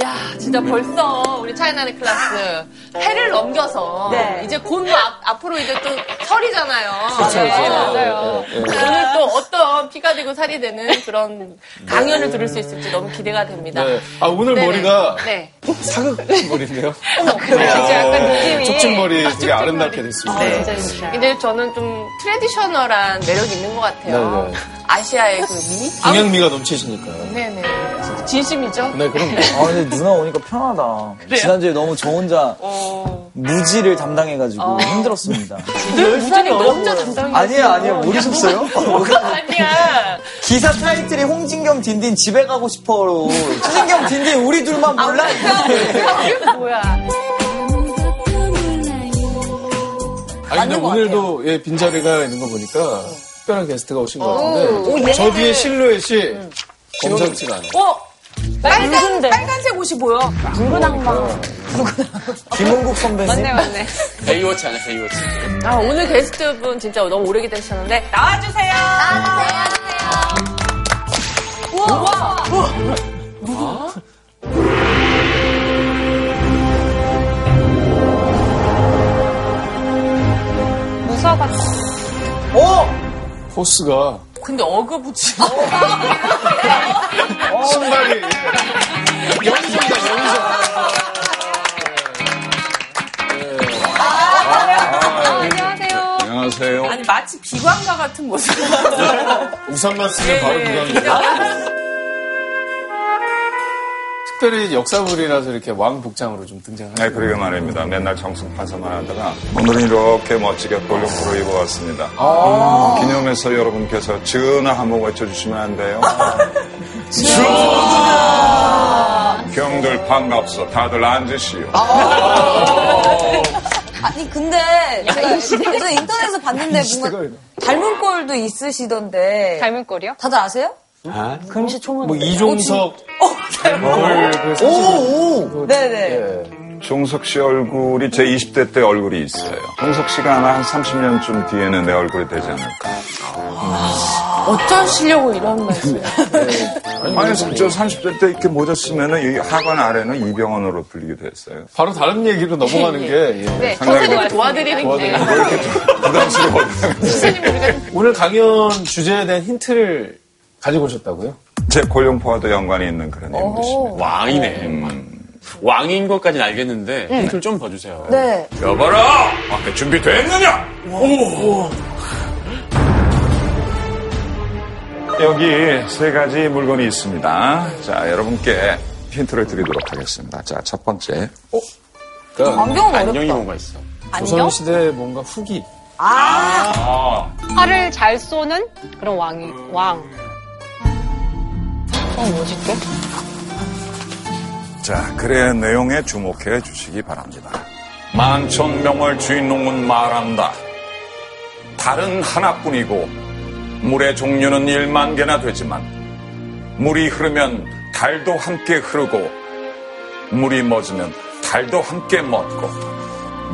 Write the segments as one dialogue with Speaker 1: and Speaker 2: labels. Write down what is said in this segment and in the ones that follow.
Speaker 1: 음.
Speaker 2: 진짜 벌써 우리 차이나는 클래스 해를 넘겨서
Speaker 3: 네.
Speaker 2: 이제 곧뭐 앞- 앞으로 이제 또 설이잖아요.
Speaker 1: 그쵸,
Speaker 2: 네,
Speaker 1: 그쵸.
Speaker 2: 맞아요.
Speaker 1: 네, 네.
Speaker 2: 오늘 또 어떤 피가 되고 살이 되는 그런 강연을 들을 수 있을지 너무 기대가 됩니다.
Speaker 1: 네. 아, 오늘
Speaker 2: 네네.
Speaker 1: 머리가 네.
Speaker 2: 네. 어,
Speaker 1: 사극 머리인데요? 어,
Speaker 3: 진짜 약간 느낌이.
Speaker 1: 촉진머리 되게 아름답게 됐습니다.
Speaker 2: 네.
Speaker 3: 진짜 진짜.
Speaker 2: 근데 저는 좀 트레디셔널한 매력이 있는 것 같아요.
Speaker 1: 네, 네.
Speaker 2: 아시아의 그 미?
Speaker 1: 동양미가 넘치시니까요.
Speaker 2: 네네. 진짜 진심이죠?
Speaker 1: 네, 그럼
Speaker 4: 아, 근데 누나 오니까 편하다. 지난주에 너무 저 혼자
Speaker 2: 어.
Speaker 4: 무지를 담당해가지고 힘들었습니다.
Speaker 1: 네.
Speaker 2: 늘 무전이 너 혼자 담당이
Speaker 4: 아니에요, 아니에요. 모르셨어요?
Speaker 2: 아니야.
Speaker 4: 기사 타이틀이 홍진경 딘딘 집에 가고 싶어로. 홍진경 딘딘 우리 둘만 몰라?
Speaker 2: 뭐야.
Speaker 1: 아니 근데 오늘도 예, 빈자리가 있는 거 보니까 특별한 게스트가 오신 것 같은데 저 뒤에 실루엣이 검상치가 않아요.
Speaker 2: 어? 빨간,
Speaker 3: 붉은데.
Speaker 2: 빨간색 옷이 보여.
Speaker 4: 김홍국 선배님.
Speaker 3: 맞네, 맞네.
Speaker 5: 베이워치 아니야, 베이워치.
Speaker 2: 아, 오늘 게스트분 진짜 너무 오래 기다리셨는데. 나와주세요. 나와주세요. 우와. 우와.
Speaker 3: 무서워봤다.
Speaker 4: 어!
Speaker 1: 포스가
Speaker 2: 근데 어그 붙이.
Speaker 1: 신발이 영희정이다 영희정.
Speaker 3: 안녕하세요.
Speaker 5: 안녕하세요.
Speaker 2: 아니, 마치 비관과 같은 모습.
Speaker 1: 우산만
Speaker 2: 네,
Speaker 1: 쓰면 바로
Speaker 6: 아,
Speaker 1: 구경이다. 특별히 역사물이라서 이렇게 왕 복장으로 좀 등장하는.
Speaker 7: 네, 그러게 말입니다. 맨날 정승판사만 하다가 오늘은 이렇게 멋지게 볼륨으로 입어왔습니다. 음, 기념해서 여러분께서 전화 한번 외쳐주시면 안 돼요? 전하! 경들 반갑소. 다들 앉으시오.
Speaker 3: 아니 근데 제가 예전에 인터넷에서 봤는데 뭔가 닮은 꼴도 있으시던데
Speaker 6: 닮은 꼴이요?
Speaker 3: 다들 아세요?
Speaker 1: 뭐 이종석 얼굴 그
Speaker 4: 오!
Speaker 1: 사진.
Speaker 4: 오!
Speaker 3: 네네.
Speaker 7: 종석 씨 얼굴이 제 20대 때 얼굴이 있어요. 종석 씨가 아마 한 30년쯤 뒤에는 내 얼굴이 되지 않을까.
Speaker 2: 아, 어쩌시려고 이런 말씀.
Speaker 7: 네. 아니, 저 30대 때 이렇게 모자 쓰면은 이 하관 아래는 이병헌으로 불리기도 했어요.
Speaker 1: 바로 다른 얘기로 넘어가는 게 예.
Speaker 6: 네.
Speaker 7: 상당히
Speaker 2: 선생님을 도와드리는 게.
Speaker 1: 도와드리는
Speaker 7: 부담스러워요.
Speaker 2: 선생님 우리가 좀
Speaker 1: 오늘 강연 주제에 대한 힌트를 가지고 오셨다고요?
Speaker 7: 제 고용포와도 연관이 있는 그런 인물이십니다.
Speaker 5: 왕이네. 왕인 것까지는 알겠는데, 힌트를 좀 봐주세요.
Speaker 3: 네.
Speaker 7: 여봐라! 앞에 준비됐느냐? 오! 여기 세 가지 물건이 있습니다. 자, 여러분께 힌트를 드리도록 하겠습니다. 자, 첫 번째.
Speaker 3: 안경은
Speaker 5: 안녕이
Speaker 3: 어렵다.
Speaker 5: 뭐가 있어.
Speaker 3: 안경?
Speaker 1: 조선시대 뭔가 후기.
Speaker 6: 활을 잘 쏘는 그런 왕이, 왕.
Speaker 7: 자, 글의 내용에 주목해 주시기 바랍니다. 만천명을 주인공은 말한다. 달은 하나뿐이고 물의 종류는 1만 개나 되지만 물이 흐르면 달도 함께 흐르고 물이 멎으면 달도 함께 멎고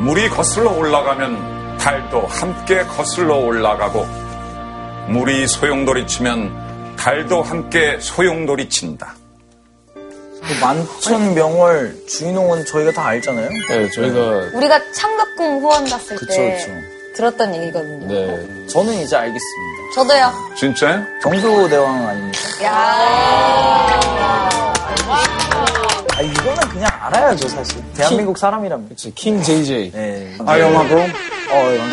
Speaker 7: 물이 거슬러 올라가면 달도 함께 거슬러 올라가고 물이 소용돌이치면 달도 함께 소용돌이친다.
Speaker 4: 그 만천 명월 주인공은 저희가 다 알잖아요?
Speaker 1: 네, 저희가
Speaker 3: 우리가 창갑궁 후원 갔을
Speaker 4: 그쵸,
Speaker 3: 때
Speaker 4: 그쵸.
Speaker 3: 들었던 얘기거든요.
Speaker 1: 네.
Speaker 4: 저는 이제 알겠습니다.
Speaker 3: 저도요.
Speaker 7: 진짜요?
Speaker 4: 정조대왕 아닙니까?
Speaker 3: 야.
Speaker 4: 아, 이거는 그냥 알아야죠, 사실. 대한민국 사람이라면.
Speaker 1: 그치, 킹 JJ.
Speaker 4: 네.
Speaker 7: 아, 영화고?
Speaker 4: 어, 이런.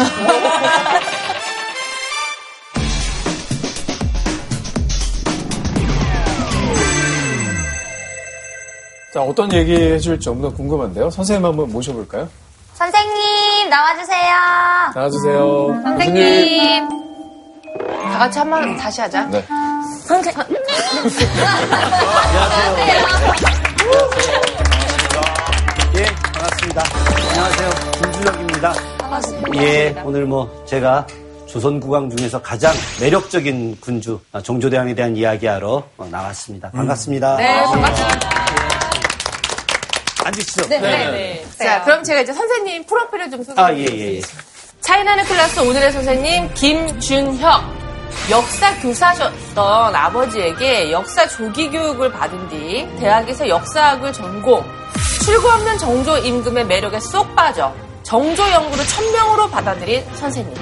Speaker 1: 자, 어떤 얘기 해줄지 너무나 궁금한데요. 선생님 한번 모셔볼까요?
Speaker 3: 선생님 나와주세요.
Speaker 1: 나와주세요.
Speaker 6: 선생님.
Speaker 2: 다 같이 한 번 다시 하자.
Speaker 1: 네.
Speaker 8: 예, 반갑습니다. 안녕하세요. 김준혁입니다. 예, 오늘 뭐 제가 조선 국왕 중에서 가장 매력적인 군주 아, 정조대왕에 대한 이야기하러 어, 나왔습니다. 반갑습니다. 아, 예.
Speaker 2: 네, 반갑습니다.
Speaker 8: 앉으시죠.
Speaker 6: 네.
Speaker 2: 자, 그럼 제가 이제 선생님 프로필을 좀 소개해
Speaker 8: 아, 예,
Speaker 2: 드릴게요.
Speaker 8: 예, 예.
Speaker 2: 차이나는 클래스 오늘의 선생님 김준혁 역사 교사셨던 아버지에게 역사 조기 교육을 받은 뒤 대학에서 역사학을 전공 출구 없는 정조 임금의 매력에 쏙 빠져 정조 연구를 천명으로 받아들인 선생님.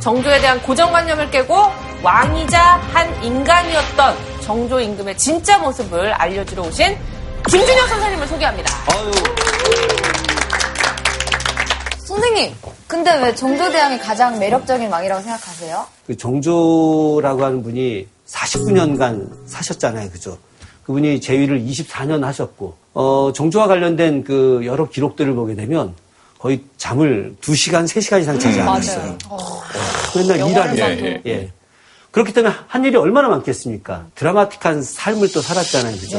Speaker 2: 정조에 대한 고정관념을 깨고 왕이자 한 인간이었던 정조 임금의 진짜 모습을 알려주러 오신 김준혁 선생님을 소개합니다.
Speaker 3: 선생님, 근데 왜 정조대왕이 가장 매력적인 왕이라고 생각하세요?
Speaker 8: 그 정조라고 하는 분이 49년간 사셨잖아요. 그죠? 그분이 재위를 24년 하셨고, 어, 정조와 관련된 그 여러 기록들을 보게 되면 거의 잠을 2시간, 3시간 이상 자지 않았어요. 맨날 일하는
Speaker 5: 봐도.
Speaker 8: 예, 예. 그렇기 때문에 한 일이 얼마나 많겠습니까? 드라마틱한 삶을 또 살았잖아요. 그죠?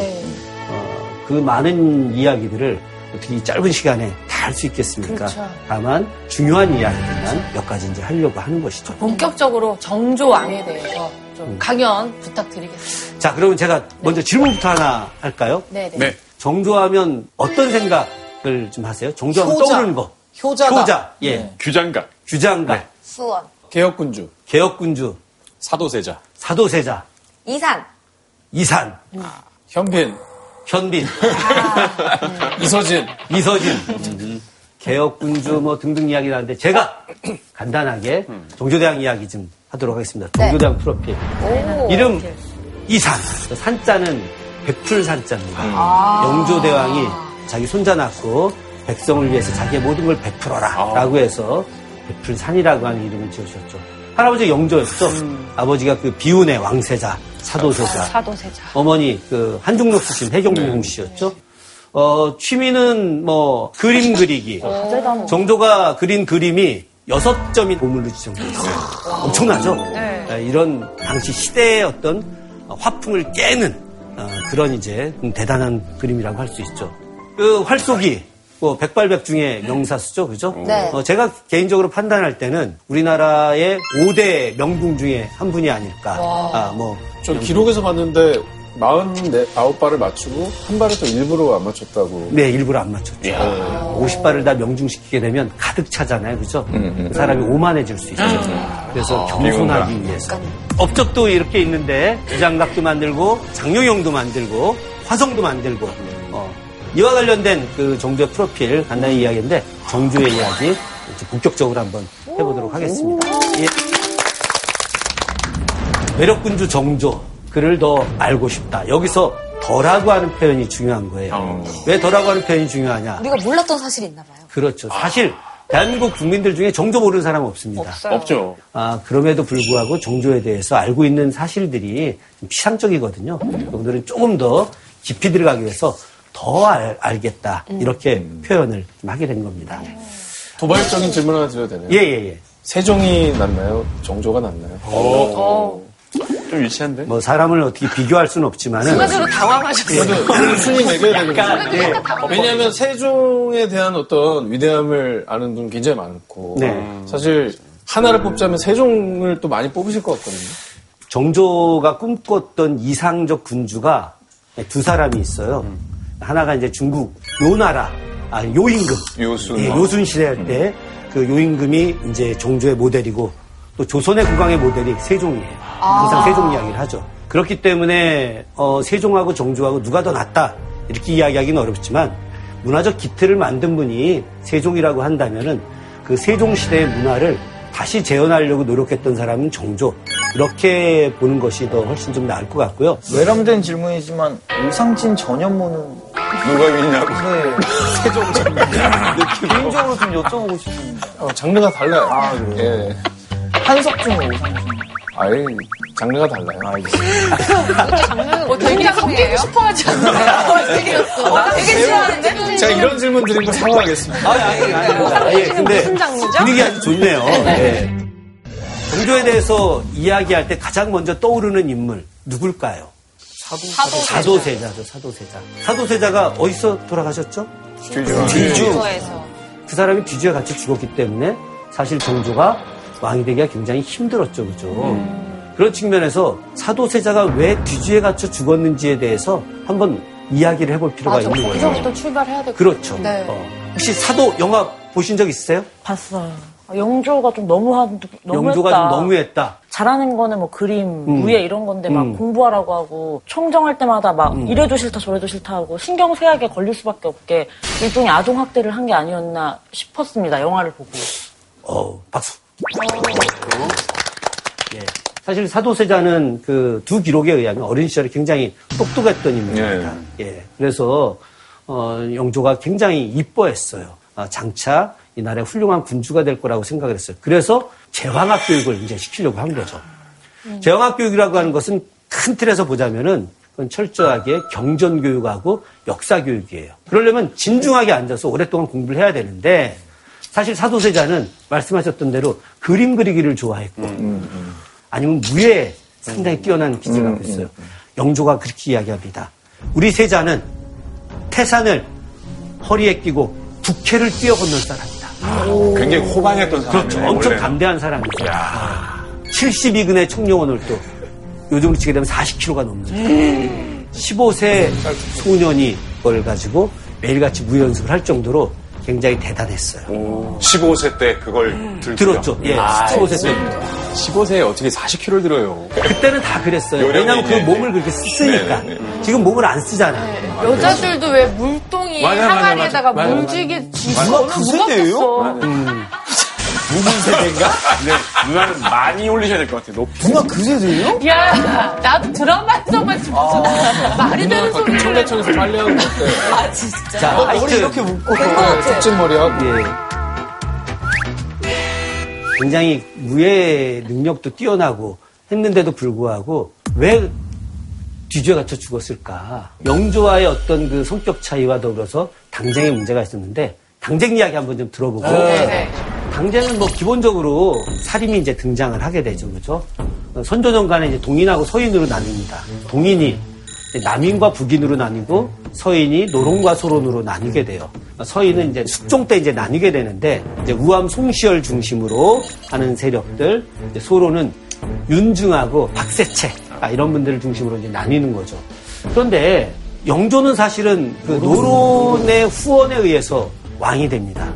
Speaker 8: 어, 그 많은 이야기들을 어떻게 이 짧은 시간에 다 할 수 있겠습니까? 다만 중요한 이야기들만 몇 가지 이제 하려고 하는 것이죠.
Speaker 2: 본격적으로 정조 왕에 대해서 좀 강연 부탁드리겠습니다.
Speaker 8: 자, 그러면
Speaker 4: 네.
Speaker 8: 제가 먼저 질문부터 하나 할까요?
Speaker 2: 네네.
Speaker 5: 네.
Speaker 8: 정조하면 어떤 생각을 좀 하세요? 정조하면
Speaker 4: 효자.
Speaker 8: 떠오르는 거.
Speaker 4: 효자다. 네.
Speaker 8: 효자, 예.
Speaker 5: 규장각,
Speaker 8: 규장가,
Speaker 5: 네.
Speaker 3: 수원,
Speaker 1: 개혁군주.
Speaker 8: 개혁군주,
Speaker 5: 사도세자.
Speaker 8: 사도세자,
Speaker 3: 이산,
Speaker 8: 이산,
Speaker 1: 현빈.
Speaker 8: 현빈,
Speaker 1: 이서진.
Speaker 8: 이서진. 개혁군주 뭐 등등 이야기 나는데 제가 간단하게 정조대왕 이야기 좀 하도록 하겠습니다.
Speaker 3: 네.
Speaker 8: 정조대왕 프로필. 이름 이산. 산자는 백풀산자입니다. 영조대왕이 자기 손자 낳고 백성을 위해서 자기의 모든 걸 베풀어라 라고 해서 백풀산이라고 하는 이름을 지으셨죠. 할아버지 영조였죠. 아버지가 그 비운의 왕세자, 사도세자.
Speaker 6: 아, 사도세자.
Speaker 8: 어머니 그 한중록 씨신 해경룡 씨였죠. 어 취미는 뭐 그림 그리기.
Speaker 3: 어, 뭐.
Speaker 8: 정조가 그린 그림이 여섯 점이 보물로 지정됐어요. 엄청나죠.
Speaker 3: 네.
Speaker 8: 아, 이런 당시 시대의 어떤 화풍을 깨는 아, 그런 이제 대단한 그림이라고 할 수 있죠. 그 활쏘기. 뭐 백발백 중에 명사수죠, 그죠?
Speaker 3: 네.
Speaker 8: 어, 제가 개인적으로 판단할 때는 우리나라의 5대 명궁 중에 한 분이 아닐까. 아, 뭐
Speaker 1: 전 기록에서 봤는데 49발을 맞추고 한 발을 또 일부러 안 맞췄다고.
Speaker 8: 네, 일부러 안 맞췄죠. 50발을 다 명중시키게 되면 가득 차잖아요. 그죠? 그 사람이 오만해질 수 있죠. 그래서 겸손하기 위해서. 업적도 이렇게 있는데, 주장각도 만들고, 장룡형도 만들고, 화성도 만들고, 어, 이와 관련된 그 정조의 프로필 간단히 이야기인데, 정조의 이야기 이제 본격적으로 한번 해보도록 하겠습니다. 예. 매력군주 정조 그를 더 알고 싶다. 여기서 더라고 하는 표현이 중요한 거예요. 왜 더라고 하는 표현이 중요하냐?
Speaker 3: 우리가 몰랐던 사실이 있나 봐요.
Speaker 8: 그렇죠. 사실 대한민국 국민들 중에 정조 모르는 사람 은 없습니다.
Speaker 5: 없죠.
Speaker 8: 아, 그럼에도 불구하고 정조에 대해서 알고 있는 사실들이 좀 피상적이거든요. 오늘은 조금 더 깊이 들어가기 위해서 더 알, 겠다 이렇게
Speaker 7: 음.
Speaker 8: 표현을 좀 하게 된 겁니다.
Speaker 2: 네.
Speaker 1: 도발적인 질문 하나 드려도 되나요?
Speaker 8: 예, 예, 예.
Speaker 1: 세종이 낫나요? 정조가 낫나요?
Speaker 5: 어, 좀
Speaker 7: 네.
Speaker 5: 유치한데?
Speaker 8: 뭐 사람을 어떻게 비교할 수는 없지만은
Speaker 2: 순간적으로 당황하셨어요.
Speaker 1: 그래도
Speaker 7: 네,
Speaker 1: 순위 매겨야 되거든요.
Speaker 8: 예.
Speaker 2: 아,
Speaker 1: 어, 왜냐하면 세종에 대한 어떤 위대함을 아는 분 굉장히 많고 어,
Speaker 8: 네.
Speaker 1: 사실 하나를 뽑자면 세종을 또 많이 뽑으실 것 같거든요.
Speaker 8: 정조가 꿈꿨던 이상적 군주가 두 사람이 있어요.
Speaker 7: 음.
Speaker 8: 하나가 이제 중국 요나라, 아, 요임금.
Speaker 7: 요순.
Speaker 8: 예, 요순 시대 할 때, 그 요임금이 이제 정조의 모델이고, 또 조선의 국왕의 모델이 세종이에요. 항상 세종 이야기를 하죠. 그렇기 때문에, 어, 세종하고 정조하고 누가 더 낫다. 이렇게 이야기하기는 어렵지만, 문화적 기틀을 만든 분이 세종이라고 한다면은, 그 세종 시대의 문화를 다시 재현하려고 노력했던 사람은 정조. 이렇게 보는 것이 더 훨씬 좀 나을 것 같고요.
Speaker 4: 외람된 질문이지만 오상진 전현무는
Speaker 7: 누가 있냐고.
Speaker 4: 네. 세종 전문. 개인적으로 좀 여쭤보고 싶습니다.
Speaker 1: 어, 장르가 달라요. 아, 예.
Speaker 4: 한석준 오상진.
Speaker 1: 아예 장르가 달라요.
Speaker 2: 어, 되게 섞이고 싶어 하지 않나요? 어, 되게, 어, 나 되게 싫어하는데?
Speaker 1: 제가 이런 질문 드린 거 사과하겠습니다.
Speaker 8: 아, 예, 근데
Speaker 6: 무슨 장르죠?
Speaker 8: 분위기 아주 좋네요. 예. 정조에 대해서 이야기할 때 가장 먼저 떠오르는 인물 누굴까요? 사도세자. 사도세자죠, 사도세자. 사도세자가 어디서 돌아가셨죠? 뒤주. 그 사람이 뒤주에 같이 죽었기 때문에 사실 정조가 왕이 되기가 굉장히 힘들었죠, 그죠? 그런 측면에서 사도세자가 왜 뒤주에 갇혀 죽었는지에 대해서 한번 이야기를 해볼
Speaker 3: 아,
Speaker 8: 필요가 아,
Speaker 3: 그
Speaker 8: 있는 거예요.
Speaker 2: 거기서부터 출발해야 될 것 같아요.
Speaker 8: 그렇죠.
Speaker 2: 네.
Speaker 8: 어, 혹시 사도 영화 보신 적 있으세요?
Speaker 2: 봤어요.
Speaker 9: 아, 영조가 좀 너무한 너무했다.
Speaker 8: 영조가 좀 음. 너무했다.
Speaker 9: 잘하는 거는 뭐 그림, 무예 이런 건데 막 공부하라고 하고 총정할 때마다 막
Speaker 8: 음.
Speaker 9: 이래도 싫다 저래도 싫다 하고 신경 쇠약에 걸릴 수밖에 없게 일종의 아동 학대를 한 게 아니었나 싶었습니다. 영화를 보고.
Speaker 8: 어, 박수. 예. 사실 사도세자는 그 두 기록에 의하면 어린 시절에 굉장히 똑똑했던 인물입니다. 예. 그래서 어, 영조가 굉장히 이뻐했어요. 아, 장차 이 나라의 훌륭한 군주가 될 거라고 생각을 했어요. 그래서 제왕학 교육을 이제 시키려고 한 거죠. 제왕학 교육이라고 하는 것은 큰 틀에서 보자면은 그건 철저하게 경전 교육하고 역사 교육이에요. 그러려면 진중하게 앉아서 오랫동안 공부를 해야 되는데 사실 사도세자는 말씀하셨던 대로 그림 그리기를 좋아했고 아니면 무예에 상당히 뛰어난 기질을 갖고 있어요. 영조가 그렇게 이야기합니다. 우리 세자는 태산을 허리에 끼고 국회를 뛰어 건널 사람이다.
Speaker 7: 굉장히 호방했던 사람이에요.
Speaker 8: 그렇죠. 엄청
Speaker 7: 네, 원래는.
Speaker 8: 담대한 사람이죠. 72근의 청룡원을 또 요즘으로 치게 되면 40kg가 넘는 사람.
Speaker 7: 음.
Speaker 8: 15세 소년이 그걸 가지고 매일같이 무연습을 할 정도로 굉장히 대단했어요.
Speaker 7: 15세 때 음, 그걸 들죠. 아,
Speaker 8: 들었죠? 예, 15세 때.
Speaker 5: 15세에 어떻게 40kg를 들어요?
Speaker 8: 그때는 다 그랬어요.
Speaker 7: 요령이
Speaker 8: 왜냐하면 그
Speaker 7: 있네.
Speaker 8: 몸을 그렇게 쓰니까.
Speaker 7: 네, 네,
Speaker 8: 지금 몸을 안 쓰잖아요.
Speaker 2: 여자들도 왜 물동이
Speaker 5: 맞아, 맞아,
Speaker 2: 항아리에다가
Speaker 5: 맞아. 맞아,
Speaker 2: 물지게 쥐고
Speaker 4: 그 세대예요?
Speaker 5: 무슨 세대인가? 네, 누나는 많이 올리셔야 될 것 같아요. 높이.
Speaker 4: 누나 그 세대예요?
Speaker 2: 야, 나도 드라마에서만 좀 무슨 말이 되는 소리를 어,
Speaker 1: 청계천에서 빨래하는 것 같아.
Speaker 8: 자,
Speaker 7: 어,
Speaker 8: 아,
Speaker 4: 머리
Speaker 8: 하여튼
Speaker 4: 이렇게 묶고.
Speaker 1: 톱진 머리하고.
Speaker 8: 예. 굉장히 무예 능력도 뛰어나고 했는데도 불구하고 왜 뒤죄 갇혀 죽었을까? 영조와의 어떤 그 성격 차이와 더불어서 당쟁의 문제가 있었는데 당쟁 이야기 한번 좀 들어보고
Speaker 2: 네.
Speaker 8: 당쟁은 뭐 기본적으로 사림이 이제 등장을 하게 되죠, 그죠? 어, 선조정 간에 이제 동인하고 서인으로 나뉩니다. 동인이 이제 남인과 북인으로 나뉘고 서인이 노론과 소론으로 나뉘게 돼요. 어, 서인은 이제 숙종 때 이제 나뉘게 되는데 이제 우암 송시열 중심으로 하는 세력들, 이제 소론은 윤중하고 박세채 아, 이런 분들을 중심으로 이제 나뉘는 거죠. 그런데 영조는 사실은 그 노론의 후원에 의해서 왕이 됩니다.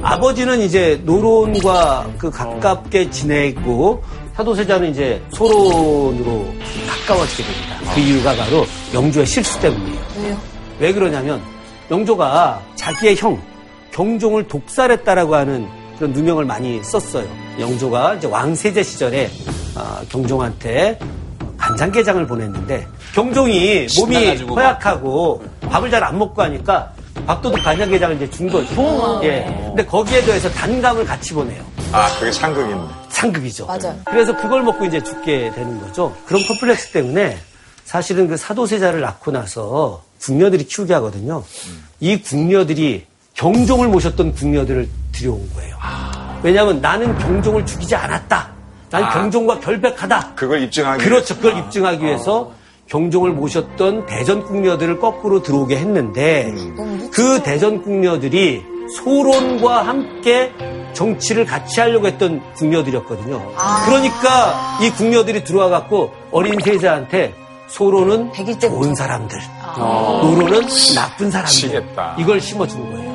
Speaker 8: 아버지는 이제 노론과 그 가깝게 지내고 사도세자는 이제 소론으로 가까워지게 됩니다. 그 이유가 바로 영조의 실수 때문이에요. 왜요? 왜 그러냐면 영조가 자기의 형 경종을 독살했다라고 하는 그런 누명을 많이 썼어요. 영조가 이제 왕세제 시절에 아, 경종한테 간장게장을 보냈는데 경종이 몸이
Speaker 5: 신나가지고 막.
Speaker 8: 허약하고 밥을 잘 안 먹고 하니까 밥도둑 간장게장을 이제 준 거죠. 예. 근데 거기에 더해서 단감을 같이 보내요.
Speaker 7: 아, 그게 상극인데.
Speaker 8: 상극이죠. 그래서 그걸 먹고 이제 죽게 되는 거죠. 그런 컴플렉스 때문에 사실은 그 사도세자를 낳고 나서 궁녀들이 키우게 하거든요. 이 궁녀들이 경종을 모셨던 궁녀들을 들여온 거예요. 왜냐하면 나는 경종을 죽이지 않았다. 난 경종과 결백하다.
Speaker 7: 그걸 입증하기 아.
Speaker 8: 그렇죠. 그걸 입증하기 위해서 경종을 모셨던 대전 궁녀들을 거꾸로 들어오게 했는데 그 대전 궁녀들이 소론과 함께 정치를 같이 하려고 했던 궁녀들이었거든요.
Speaker 3: 아.
Speaker 8: 그러니까 이 궁녀들이 들어와 갖고 어린 세자한테 소론은
Speaker 3: 백일 때부터.
Speaker 8: 좋은 사람들,
Speaker 3: 아.
Speaker 8: 노론은 나쁜 사람들
Speaker 7: 치겠다.
Speaker 8: 이걸 심어준 거예요.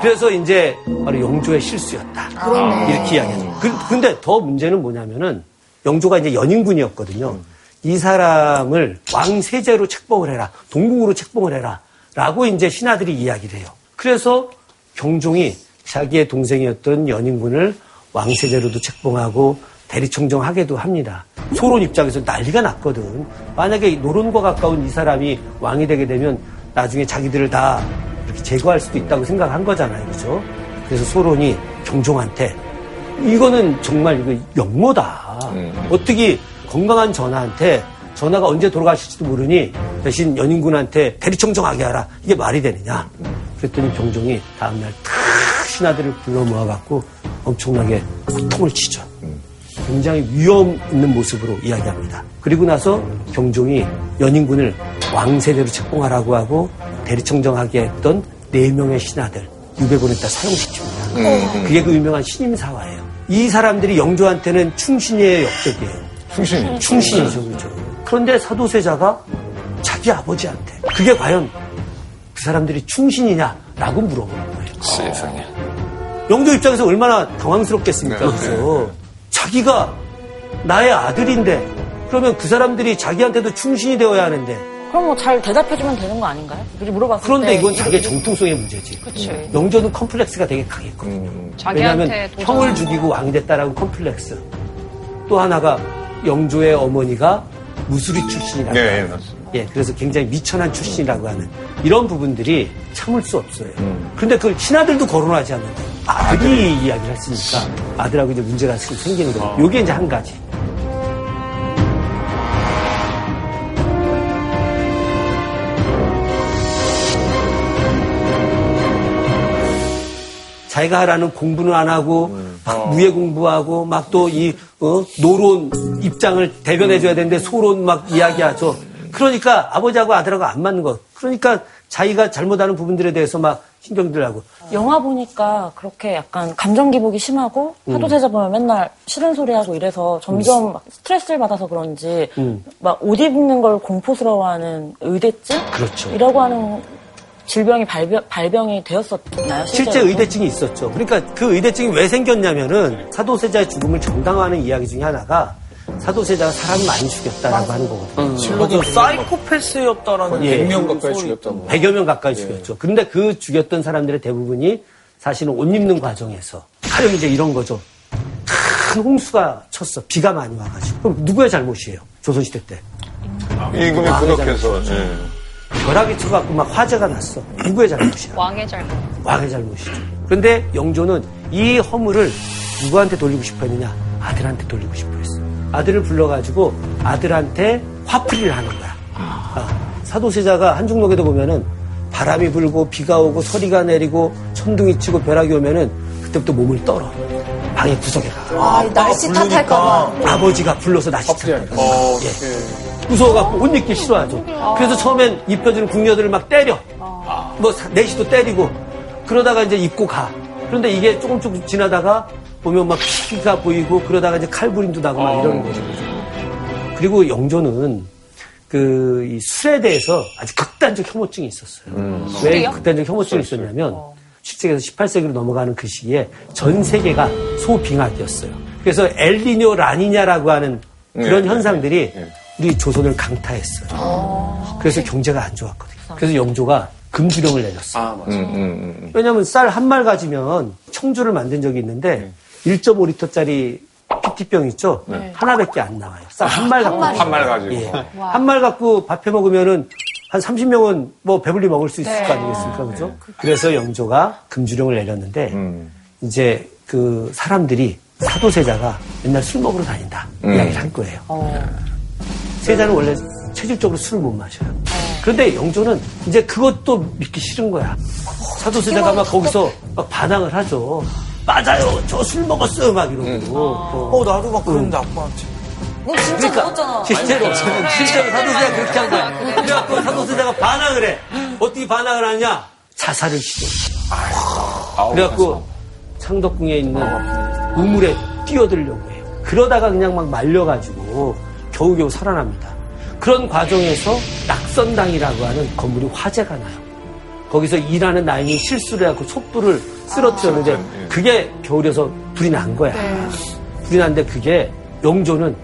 Speaker 8: 그래서 이제 바로 영조의 실수였다. 아. 이렇게 이야기하죠. 그- 근데 더 문제는 뭐냐면은 영조가 이제 연인군이었거든요. 이 사람을 왕세제로 책봉을 해라. 동궁으로 책봉을 해라. 라고 이제 신하들이 이야기를 해요. 그래서 경종이 자기의 동생이었던 연인군을 왕세제로도 책봉하고 대리청정하게도 합니다. 소론 입장에서 난리가 났거든. 만약에 노론과 가까운 이 사람이 왕이 되게 되면 나중에 자기들을 다 이렇게 제거할 수도 있다고 생각한 거잖아요. 그죠? 그래서 소론이 경종한테 이거는 정말 이거 역모다. 어떻게 건강한 전하한테 전하가 언제 돌아가실지도 모르니 대신 연인군한테 대리청정하게 하라. 이게 말이 되느냐. 그랬더니 경종이 다음날 탁 신하들을 불러 모아갖고 엄청나게 고통을 치죠. 굉장히 위험 있는 모습으로 이야기합니다. 그리고 나서 경종이 연인군을 왕세대로 책봉하라고 하고 대리청정하게 했던 네 명의 신하들 600원에 다 사용시킵니다. 그게 그 유명한 신임사화예요. 이 사람들이 영조한테는 충신의 역적이에요. 충신이 충신이죠, 그렇죠. 그런데 사도세자가 자기 아버지한테 그게 과연 그 사람들이 충신이냐라고 물어보는 거예요.
Speaker 5: 세상에.
Speaker 8: 영조 입장에서 얼마나 당황스럽겠습니까?
Speaker 1: 네,
Speaker 8: 그래서 자기가 나의 아들인데 그러면 그 사람들이 자기한테도 충신이 되어야 하는데
Speaker 9: 그럼 뭐 잘 대답해주면 되는 거 아닌가요? 미리 물어봤을
Speaker 8: 그런데
Speaker 9: 때.
Speaker 8: 이건 자기의 정통성의 문제지. 음.
Speaker 6: 그치. 음,
Speaker 8: 영조는 컴플렉스가 되게 강했거든요. 왜냐하면
Speaker 6: 자기한테 도전.
Speaker 8: 형을 죽이고 왕이 됐다라는 컴플렉스. 또 하나가 영조의 어머니가 무수리 출신이라고
Speaker 7: 예, 예,
Speaker 8: 하는.
Speaker 7: 맞습니다.
Speaker 8: 예, 그래서 굉장히 미천한 출신이라고 하는 이런 부분들이 참을 수 없어요.
Speaker 7: 음.
Speaker 8: 근데 그걸 신하들도 거론하지 않는데 아들이 이야기를 했으니까 아들하고 이제 문제가 지금 생기는
Speaker 7: 어.
Speaker 8: 거예요. 요게 이제 한 가지. 자기가 하라는 공부는 안 하고 막 무예 공부하고 막 또 이 어, 노론 입장을 대변해 줘야 되는데 소론 막 이야기하죠. 그러니까 아버지하고 아들하고 안 맞는 것. 그러니까 자기가 잘못하는 부분들에 대해서 막 신경질하고
Speaker 9: 영화 보니까 그렇게 약간 감정 기복이 심하고
Speaker 8: 음.
Speaker 9: 파도 세자 보면 맨날 싫은 소리 하고 이래서 점점 막 스트레스를 받아서 그런지
Speaker 8: 음.
Speaker 9: 막 옷 입는 걸 공포스러워하는 의대증?
Speaker 8: 그렇죠.
Speaker 9: 이라고 하는 질병이 발병, 발병이 되었었나요?
Speaker 8: 실제
Speaker 9: 실제로?
Speaker 8: 의대증이 있었죠. 그러니까 그 의대증이 왜 생겼냐면은 사도세자의 죽음을 정당화하는 이야기 중에 하나가 사도세자가 사람을 많이 죽였다라고 하는 거거든요.
Speaker 4: 실로가 사이코패스였다라는
Speaker 8: 예.
Speaker 1: 100명 가까이 죽였다고.
Speaker 8: 100여 명 가까이 죽였죠. 그런데 그 죽였던 사람들의 대부분이 사실은 옷 입는 과정에서 가령 이제 이런 거죠. 큰 홍수가 쳤어. 비가 많이 와가지고. 그럼 누구의 잘못이에요? 조선시대 때.
Speaker 7: 임금이
Speaker 8: 아,
Speaker 7: 부족해서. 예.
Speaker 8: 벼락이 쳐갖고 막 화재가 났어. 누구의 잘못이야?
Speaker 6: 왕의 잘못.
Speaker 8: 왕의 잘못이죠. 그런데 영조는 이 허물을 누구한테 돌리고 싶어 했느냐? 아들한테 돌리고 싶어 했어. 아들을 불러가지고 아들한테 화풀이를 하는 거야. 아, 사도세자가 한중록에도 보면은 바람이 불고 비가 오고 서리가 내리고 천둥이 치고 벼락이 오면은 그때부터 몸을 떨어. 방의 구석에 가.
Speaker 3: 아, 날씨 탓할까봐.
Speaker 8: 어. 아버지가 불러서 날씨 찾는 거야.
Speaker 1: 어,
Speaker 8: 무서워갖고 옷 입기 싫어하죠. 그래서 처음엔 입혀주는 궁녀들을 막 때려. 뭐 사- 내시도 때리고. 그러다가 이제 입고 가. 그런데 이게 조금 조금 지나다가 보면 막 피가 보이고 그러다가 이제 칼부림도 나고 막 이러는 거죠. 그리고 영조는 그 이 술에 대해서 아주 극단적 혐오증이 있었어요. 왜
Speaker 6: 술이요?
Speaker 8: 극단적 혐오증이 있었냐면 17세기에서 18세기로 넘어가는 그 시기에 전 세계가 소빙하기였어요. 그래서 엘니뇨 라니냐라고 하는 그런
Speaker 7: 네,
Speaker 8: 현상들이 우리 조선을 강타했어요. 그래서 경제가 안 좋았거든요. 그래서 영조가 금주령을 내렸어요.
Speaker 1: 아, 맞아.
Speaker 7: 음, 음, 음.
Speaker 8: 왜냐하면 쌀 한 말 가지면 청주를 만든 적이 있는데 1.5리터짜리 PT병 있죠? 하나밖에 안 나와요. 쌀 한 말 갖고.
Speaker 7: 한 말 가지고.
Speaker 8: 예. 한 말 갖고 밥해 먹으면은 한 30명은 뭐 배불리 먹을 수 있을 거 아니겠습니까? 그죠? 그래서 영조가 금주령을 내렸는데 이제 그 사람들이 사도세자가 맨날 술 먹으러 다닌다 그 이야기를 한 거예요. 세자는 원래 체질적으로 술을 못 마셔요. 그런데 영조는 이제 그것도 믿기 싫은 거야. 사도세자가 막 거기서 막 반항을 하죠. 맞아요. 저 술 먹었어요. 막 이러고. 어,
Speaker 4: 어, 나도 막 그랬는데 아빠한테.
Speaker 3: 너뭐 진짜
Speaker 8: 그러니까
Speaker 3: 먹었잖아. 아,
Speaker 8: 실제로 실제로 사도세자가 그렇게 한 거야. 그래갖고 사도세자가 반항을 해.
Speaker 3: 음.
Speaker 8: 어떻게 반항을 하냐? 자살을 시도. 그래갖고 창덕궁에 있는 우물에 뛰어들려고 해요. 그러다가 그냥 막 말려가지고 겨우겨우 살아납니다. 그런 과정에서 낙선당이라고 하는 건물이 화재가 나요. 거기서 일하는 나인이 실수를 해갖고 촛불을 쓰러뜨렸는데 그게 겨울에서 불이 난 거야.
Speaker 3: 네.
Speaker 8: 불이 났는데 그게 영조는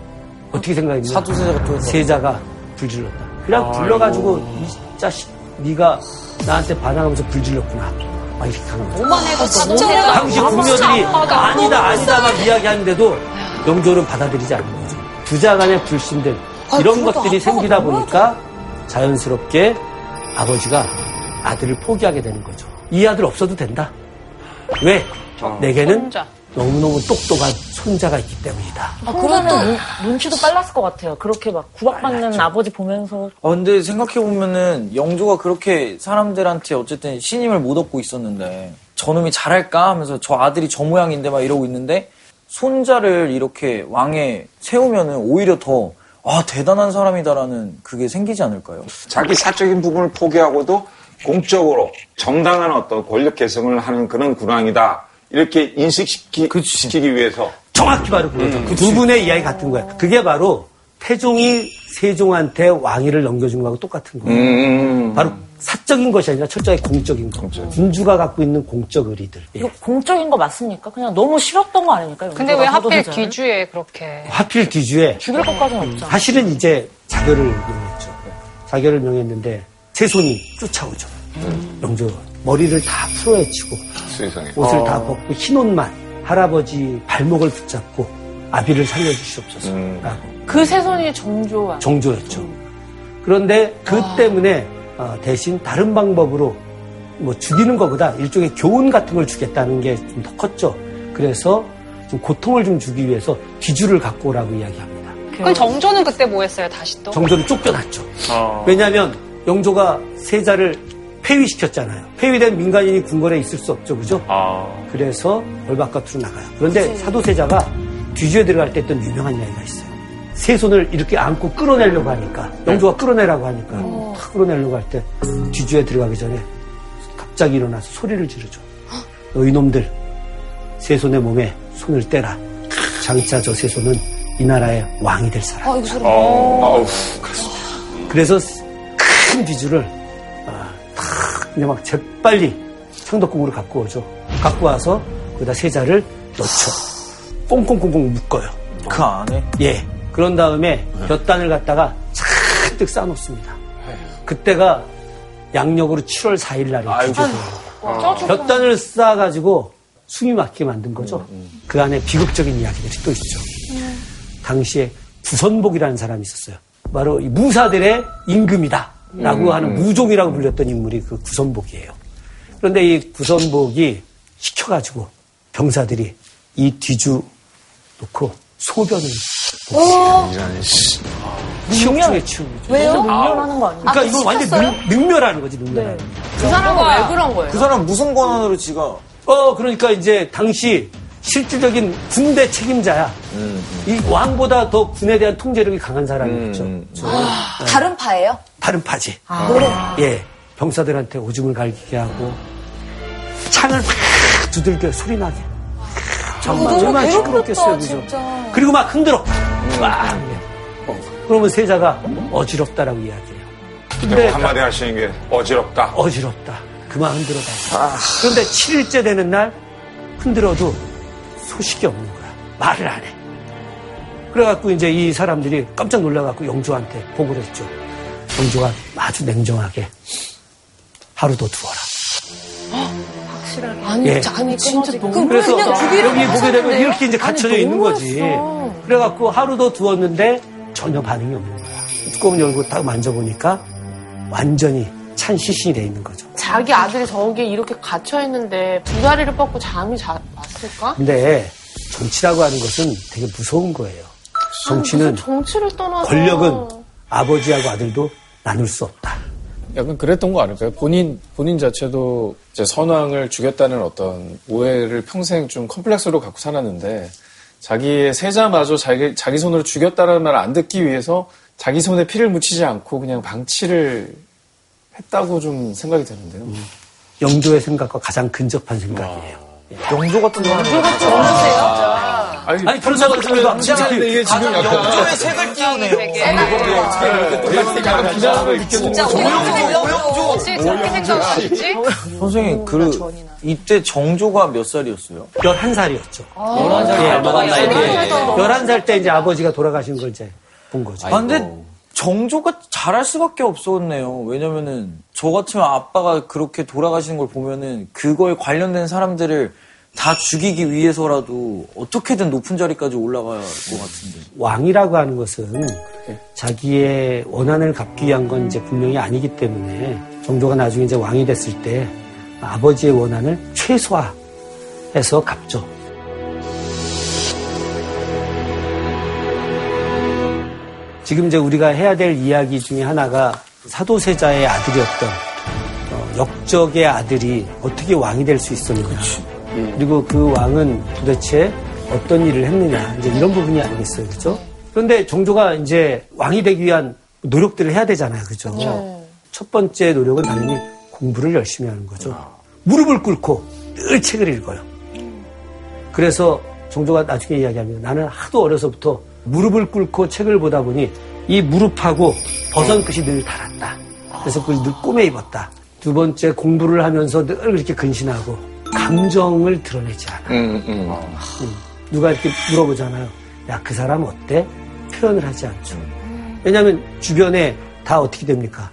Speaker 8: 어떻게 생각했냐?
Speaker 4: 사도세자가 또 했어.
Speaker 8: 세자가 불질렀다. 그냥 불러가지고 이 자식 네가 나한테 반항하면서 불질렀구나. 막 이렇게 하는 거야.
Speaker 3: 그
Speaker 6: 오만해서
Speaker 3: 진짜요?
Speaker 8: 당시 궁녀들이 아니다 아니다 막 이야기하는데도 영조는 받아들이지 않는 거죠. 부자 간의 불신들
Speaker 3: 아,
Speaker 8: 이런
Speaker 3: 그러다
Speaker 8: 것들이
Speaker 3: 아빠가
Speaker 8: 생기다
Speaker 3: 뭐야,
Speaker 8: 보니까 자연스럽게 아버지가 아들을 포기하게 되는 거죠. 이 아들 없어도 된다. 왜? 내게는
Speaker 6: 손자.
Speaker 8: 너무너무 똑똑한 손자가 있기 때문이다.
Speaker 9: 아, 그러면 눈, 치도 빨랐을 것 같아요. 그렇게 막 구박받는 아버지 보면서
Speaker 4: 아, 근데 생각해보면은 영조가 그렇게 사람들한테 어쨌든 신임을 못 얻고 있었는데 저놈이 잘할까 하면서 저 아들이 저 모양인데 막 이러고 있는데 손자를 이렇게 왕에 세우면은 오히려 더 아, 대단한 사람이다라는 그게 생기지 않을까요?
Speaker 7: 자기 사적인 부분을 포기하고도 공적으로 정당한 어떤 권력 개성을 하는 그런 군왕이다. 이렇게 인식시키기 위해서
Speaker 8: 정확히 바로 음. 그거죠. 그두 분의 이야기 같은 거야. 그게 음, 바로 태종이 세종한테 왕위를 넘겨준 거하고 똑같은 거예요. 바로 사적인 것이 아니라 철저히 공적인 거. 군주가 갖고 있는 공적 의리들. 예.
Speaker 9: 이거 공적인 거 맞습니까? 그냥 너무 싫었던 거 아닙니까?
Speaker 6: 근데 왜 하필
Speaker 9: 주
Speaker 6: 귀주에 그렇게.
Speaker 8: 하필 뒤주에
Speaker 9: 죽일 것까지는 없잖아.
Speaker 8: 음. 사실은 이제 자결을 명했죠. 자결을 명했는데 세손이 쫓아오죠. 영조 머리를 다 풀어헤치고
Speaker 7: 세상에.
Speaker 8: 옷을 다 벗고 흰 옷만 할아버지 발목을 붙잡고 아비를 살려주시옵소서.
Speaker 1: 음.
Speaker 8: 라고
Speaker 2: 그 세손이 정조와
Speaker 8: 정조였죠. 그런데 그 때문에 어, 대신 다른 방법으로 뭐 죽이는 것보다 일종의 교훈 같은 걸 주겠다는 게 좀 더 컸죠. 그래서 좀 고통을 좀 주기 위해서 귀주를 갖고 오라고 이야기합니다.
Speaker 6: 그럼 정조는 그때 뭐 했어요, 다시 또?
Speaker 8: 정조를 쫓겨났죠.
Speaker 5: 어.
Speaker 8: 왜냐하면 영조가 세자를 폐위시켰잖아요. 폐위된 민간인이 궁궐에 있을 수 없죠, 그죠?
Speaker 5: 아.
Speaker 8: 그래서 얼바깥으로 나가요. 그런데 사도세자가 뒤주에 들어갈 때 했던 유명한 이야기가 있어요. 세 손을 이렇게 안고 끌어내려고 하니까 영조가 끌어내라고 하니까 탁 끌어내려고 할 때 뒤주에 들어가기 전에 갑자기 일어나서 소리를 지르죠. 너 이놈들 세 손의 몸에 손을 떼라. 장차 저 세 손은 이 나라의 왕이 될 사람.
Speaker 3: 아, 이거 소름.
Speaker 8: 어.
Speaker 7: 아우.
Speaker 8: 그래서 큰 뒤주를 아, 탁 그냥 막 재빨리 창덕궁으로 갖고 오죠. 갖고 와서 거기다 세자를 넣죠. 꽁꽁꽁꽁 묶어요.
Speaker 4: 그 안에
Speaker 8: 예. 그런 다음에 몇 단을 갖다가 잔뜩 싸놓습니다. 그때가 양력으로 7월 4일 날이 몇 단을 쌓아가지고 숨이 막히게 만든 거죠. 그 안에 비극적인 이야기들이 또 있죠. 당시에 부선복이라는 사람이 있었어요. 바로 이 무사들의 임금이다. 라고 하는 무종이라고 불렸던 인물이 그 구선복이에요. 그런데 이 구선복이 시켜가지고 병사들이 이 뒤주 놓고 소변을 치욕중에 치욕이죠.
Speaker 3: 왜요?
Speaker 9: 밀려나는 거 아니에요?
Speaker 8: 그러니까 이건 완전 능, 멸하는 거지 능멸하는
Speaker 3: 네.
Speaker 8: 거.
Speaker 2: 그 사람은 왜 그런 거예요?
Speaker 4: 그 사람 무슨 권한으로 지가
Speaker 8: 어, 그러니까 이제 당시 실질적인 군대 책임자야. 이 왕보다 더 군에 대한 통제력이 강한 사람이었죠.
Speaker 3: 다른 파예요?
Speaker 8: 다른 파지.
Speaker 3: 아.
Speaker 8: 예. 병사들한테 오줌을 갈기게 하고 창을 막 두들겨 소리 나게. 정말
Speaker 3: 어, 너무
Speaker 8: 얼마나
Speaker 3: 괴롭겠다,
Speaker 8: 시끄럽겠어요, 그죠?
Speaker 3: 진짜.
Speaker 8: 그리고 막 흔들어. 막. 어, 그러면 세자가 어지럽다라고 이야기해요. 근데
Speaker 7: 한마디 하시는 게 어지럽다.
Speaker 8: 어지럽다. 그만 흔들어달라. 그런데 7일째 되는 날 흔들어도 소식이 없는 거야. 말을 안 해. 그래갖고 이제 이 사람들이 깜짝 놀라갖고 영조한테 보고를 했죠. 영조가 아주 냉정하게 하루 더 두어라.
Speaker 3: 아니,
Speaker 8: 예.
Speaker 3: 자, 아니 진짜 너무
Speaker 8: 그래서
Speaker 3: 그냥 주비를
Speaker 8: 여기 보게 되면
Speaker 3: 벗었는데요?
Speaker 8: 이렇게 이제 갇혀져 있는 거지. 그래갖고 하루 더 두었는데 전혀 반응이 없는 거야. 뚜껑 열고 딱 만져보니까 완전히 찬 시신이 돼 있는 거죠.
Speaker 2: 자기 아들이 저기 이렇게 갇혀 있는데 두 다리를 뻗고 잠이 자, 왔을까?
Speaker 8: 근데 정치라고 하는 것은 되게 무서운 거예요. 정치는
Speaker 2: 아, 정치를 떠나서
Speaker 8: 권력은 아버지하고 아들도 나눌 수 없다.
Speaker 1: 약간 그랬던 거 아닐까요? 본인 본인 자체도 이제 선왕을 죽였다는 어떤 오해를 평생 좀 컴플렉스로 갖고 살았는데 자기의 세자마저 자기 자기 손으로 죽였다는 말을 안 듣기 위해서 자기 손에 피를 묻히지 않고 그냥 방치를 했다고 좀 생각이 드는데요.
Speaker 8: 영조의 생각과 가장 근접한 생각이에요.
Speaker 4: 영조 같은 사람
Speaker 1: 아니,
Speaker 8: 아니, 그런 사람 같은 경우도 진짜
Speaker 1: 근데 이게 지금 약간 그렇죠.
Speaker 4: 영조의 색을 띄우네요.
Speaker 1: 네.
Speaker 4: 네.
Speaker 1: 약간 비난을 느껴보는
Speaker 2: 어,
Speaker 3: 진짜 오영조.
Speaker 6: 어찌 저렇게 생각하시지?
Speaker 4: 선생님 그 이때 정조가 몇 살이었어요?
Speaker 8: 네. 11살이었죠.
Speaker 2: 아,
Speaker 4: 11살
Speaker 8: 예,
Speaker 4: 나이
Speaker 8: 11살 때 이제 아버지가 돌아가신 걸 이제 본 거죠.
Speaker 4: 아, 근데 정조가 잘할 수밖에 없었네요. 왜냐면은 저 같으면 아빠가 그렇게 돌아가시는 걸 보면은 그거에 관련된 사람들을 다 죽이기 위해서라도 어떻게든 높은 자리까지 올라갈 것 같은데.
Speaker 8: 왕이라고 하는 것은 자기의 원한을 갚기 위한 건 이제 분명히 아니기 때문에 정조가 나중에 이제 왕이 됐을 때 아버지의 원한을 최소화해서 갚죠. 지금 이제 우리가 해야 될 이야기 중에 하나가 사도세자의 아들이었던 어, 역적의 아들이 어떻게 왕이 될 수 있었느냐. 그리고 그 왕은 도대체 어떤 일을 했느냐. 이제 이런 부분이 아니겠어요. 그죠? 그런데 정조가 이제 왕이 되기 위한 노력들을 해야 되잖아요. 그렇죠? 그죠? 첫 번째 노력은 당연히 공부를 열심히 하는 거죠. 무릎을 꿇고 늘 책을 읽어요. 그래서 정조가 나중에 이야기합니다. 나는 하도 어려서부터 무릎을 꿇고 책을 보다 보니 이 무릎하고 버선끝이 늘 달았다. 그래서 그걸 늘 꿈에 입었다. 두 번째 공부를 하면서 늘 그렇게 근신하고 감정을 드러내지 않아. 어.
Speaker 1: 음, 음.
Speaker 8: 누가 이렇게 물어보잖아요. 야, 그 사람 어때? 표현을 하지 않죠.
Speaker 1: 음.
Speaker 8: 왜냐면 주변에 다 어떻게 됩니까?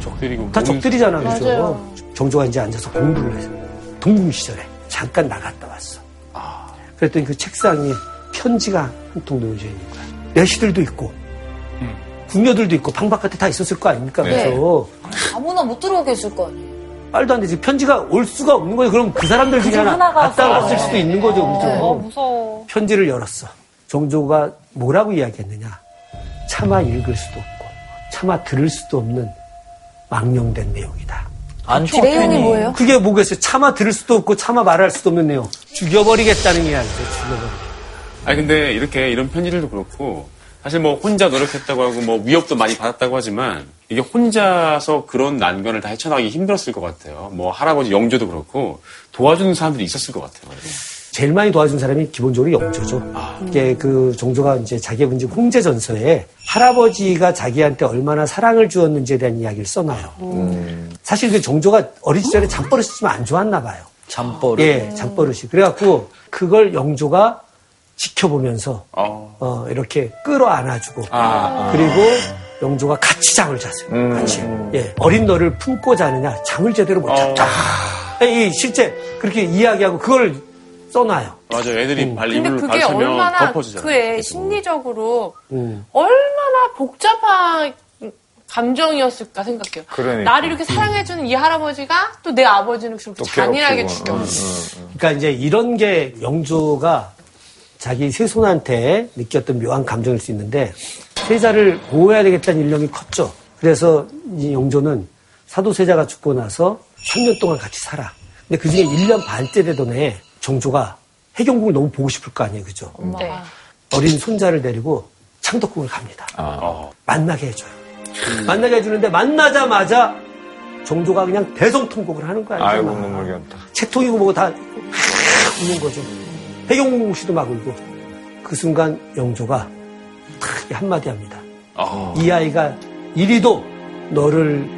Speaker 5: 적들이고. 뭐
Speaker 8: 다 적들이잖아, 그죠? 정조가 이제 앉아서 공부를 해서 동궁 시절에 잠깐 나갔다 왔어. 그랬더니 그 책상에 편지가 한 통 놓여져 있는 거야. 내시들도 있고, 궁녀들도 있고, 방 바깥에 다 있었을 거 아닙니까? 그래서
Speaker 3: 아무나 못 들어오게 해줄 거 아니에요.
Speaker 8: 말도 안 되지. 편지가 올 수가 없는 거예요. 그럼 그 사람들 중에
Speaker 9: 그중
Speaker 8: 하나
Speaker 9: 하나가
Speaker 8: 갔다
Speaker 9: 왔어요.
Speaker 8: 왔을 수도 있는 거죠, 그죠?
Speaker 6: 어, 무서워.
Speaker 8: 편지를 열었어. 정조가 뭐라고 이야기했느냐. 차마 읽을 수도 없고, 차마 들을 수도 없는 망령된 내용이다.
Speaker 3: 내용이 뭐예요?
Speaker 8: 그게 뭐겠어요? 차마 들을 수도 없고, 차마 말할 수도 없는 내용. 죽여버리겠다는 이야기죠, 죽여버리겠다.
Speaker 5: 아니 근데 이렇게 이런 편지들도 그렇고 사실 뭐 혼자 노력했다고 하고 뭐 위협도 많이 받았다고 하지만 이게 혼자서 그런 난관을 다 헤쳐나가기 힘들었을 것 같아요. 뭐 할아버지 영조도 그렇고 도와주는 사람들이 있었을 것 같아요.
Speaker 8: 제일 많이 도와준 사람이 기본적으로 영조죠. 이게 그 정조가 이제 자기의 문제 홍제전서에 할아버지가 자기한테 얼마나 사랑을 주었는지에 대한 이야기를 써놔요. 사실 그 정조가 어린 시절에 잠버릇이 좀 안 좋았나 봐요.
Speaker 4: 잠버릇.
Speaker 8: 예, 잠버릇이. 그래갖고 그걸 영조가 지켜보면서
Speaker 5: 어.
Speaker 8: 어, 이렇게 끌어안아주고 그리고 영조가 같이 잠을 잤어요.
Speaker 4: 음.
Speaker 8: 같이. 예, 어린 너를 품고 자느냐 잠을 제대로 못 잤다.
Speaker 4: 어.
Speaker 8: 이 실제 그렇게 이야기하고 그걸 써놔요.
Speaker 5: 맞아 요 애들이
Speaker 1: 음.
Speaker 5: 발
Speaker 2: 근데
Speaker 5: 이불로
Speaker 2: 그게
Speaker 5: 받쳐면
Speaker 2: 얼마나
Speaker 5: 덮어주잖아.
Speaker 2: 그 애 심리적으로
Speaker 8: 음.
Speaker 2: 얼마나 복잡한 감정이었을까 생각해요.
Speaker 7: 그러니까.
Speaker 2: 나를 이렇게 사랑해주는 이 할아버지가 또 내 아버지는 그렇게 잔인하게 죽여.
Speaker 7: 괴롭히고.
Speaker 8: 그러니까 이제 이런 게 영조가 자기 세손한테 느꼈던 묘한 감정일 수 있는데 세자를 보호해야 되겠다는 일념이 컸죠. 그래서 이 영조는 사도세자가 죽고 나서 3년 동안 같이 살아. 근데 그 중에 1년 반째 되던 해에 정조가 해경궁을 너무 보고 싶을 거 아니에요. 그죠?
Speaker 6: 네.
Speaker 8: 어린 손자를 데리고 창덕궁을 갑니다.
Speaker 7: 아.
Speaker 5: 어.
Speaker 8: 만나게 해줘요. 만나게 해주는데 만나자마자 정조가 그냥 대성통곡을 하는 거야.
Speaker 7: 아이고 눈물겹다.
Speaker 8: 채통이고 뭐고 다 우는 거죠. 해경궁 씨도 막 울고 그 순간 영조가 크게 한마디 합니다.
Speaker 5: 어.
Speaker 8: 이 아이가 이리도 너를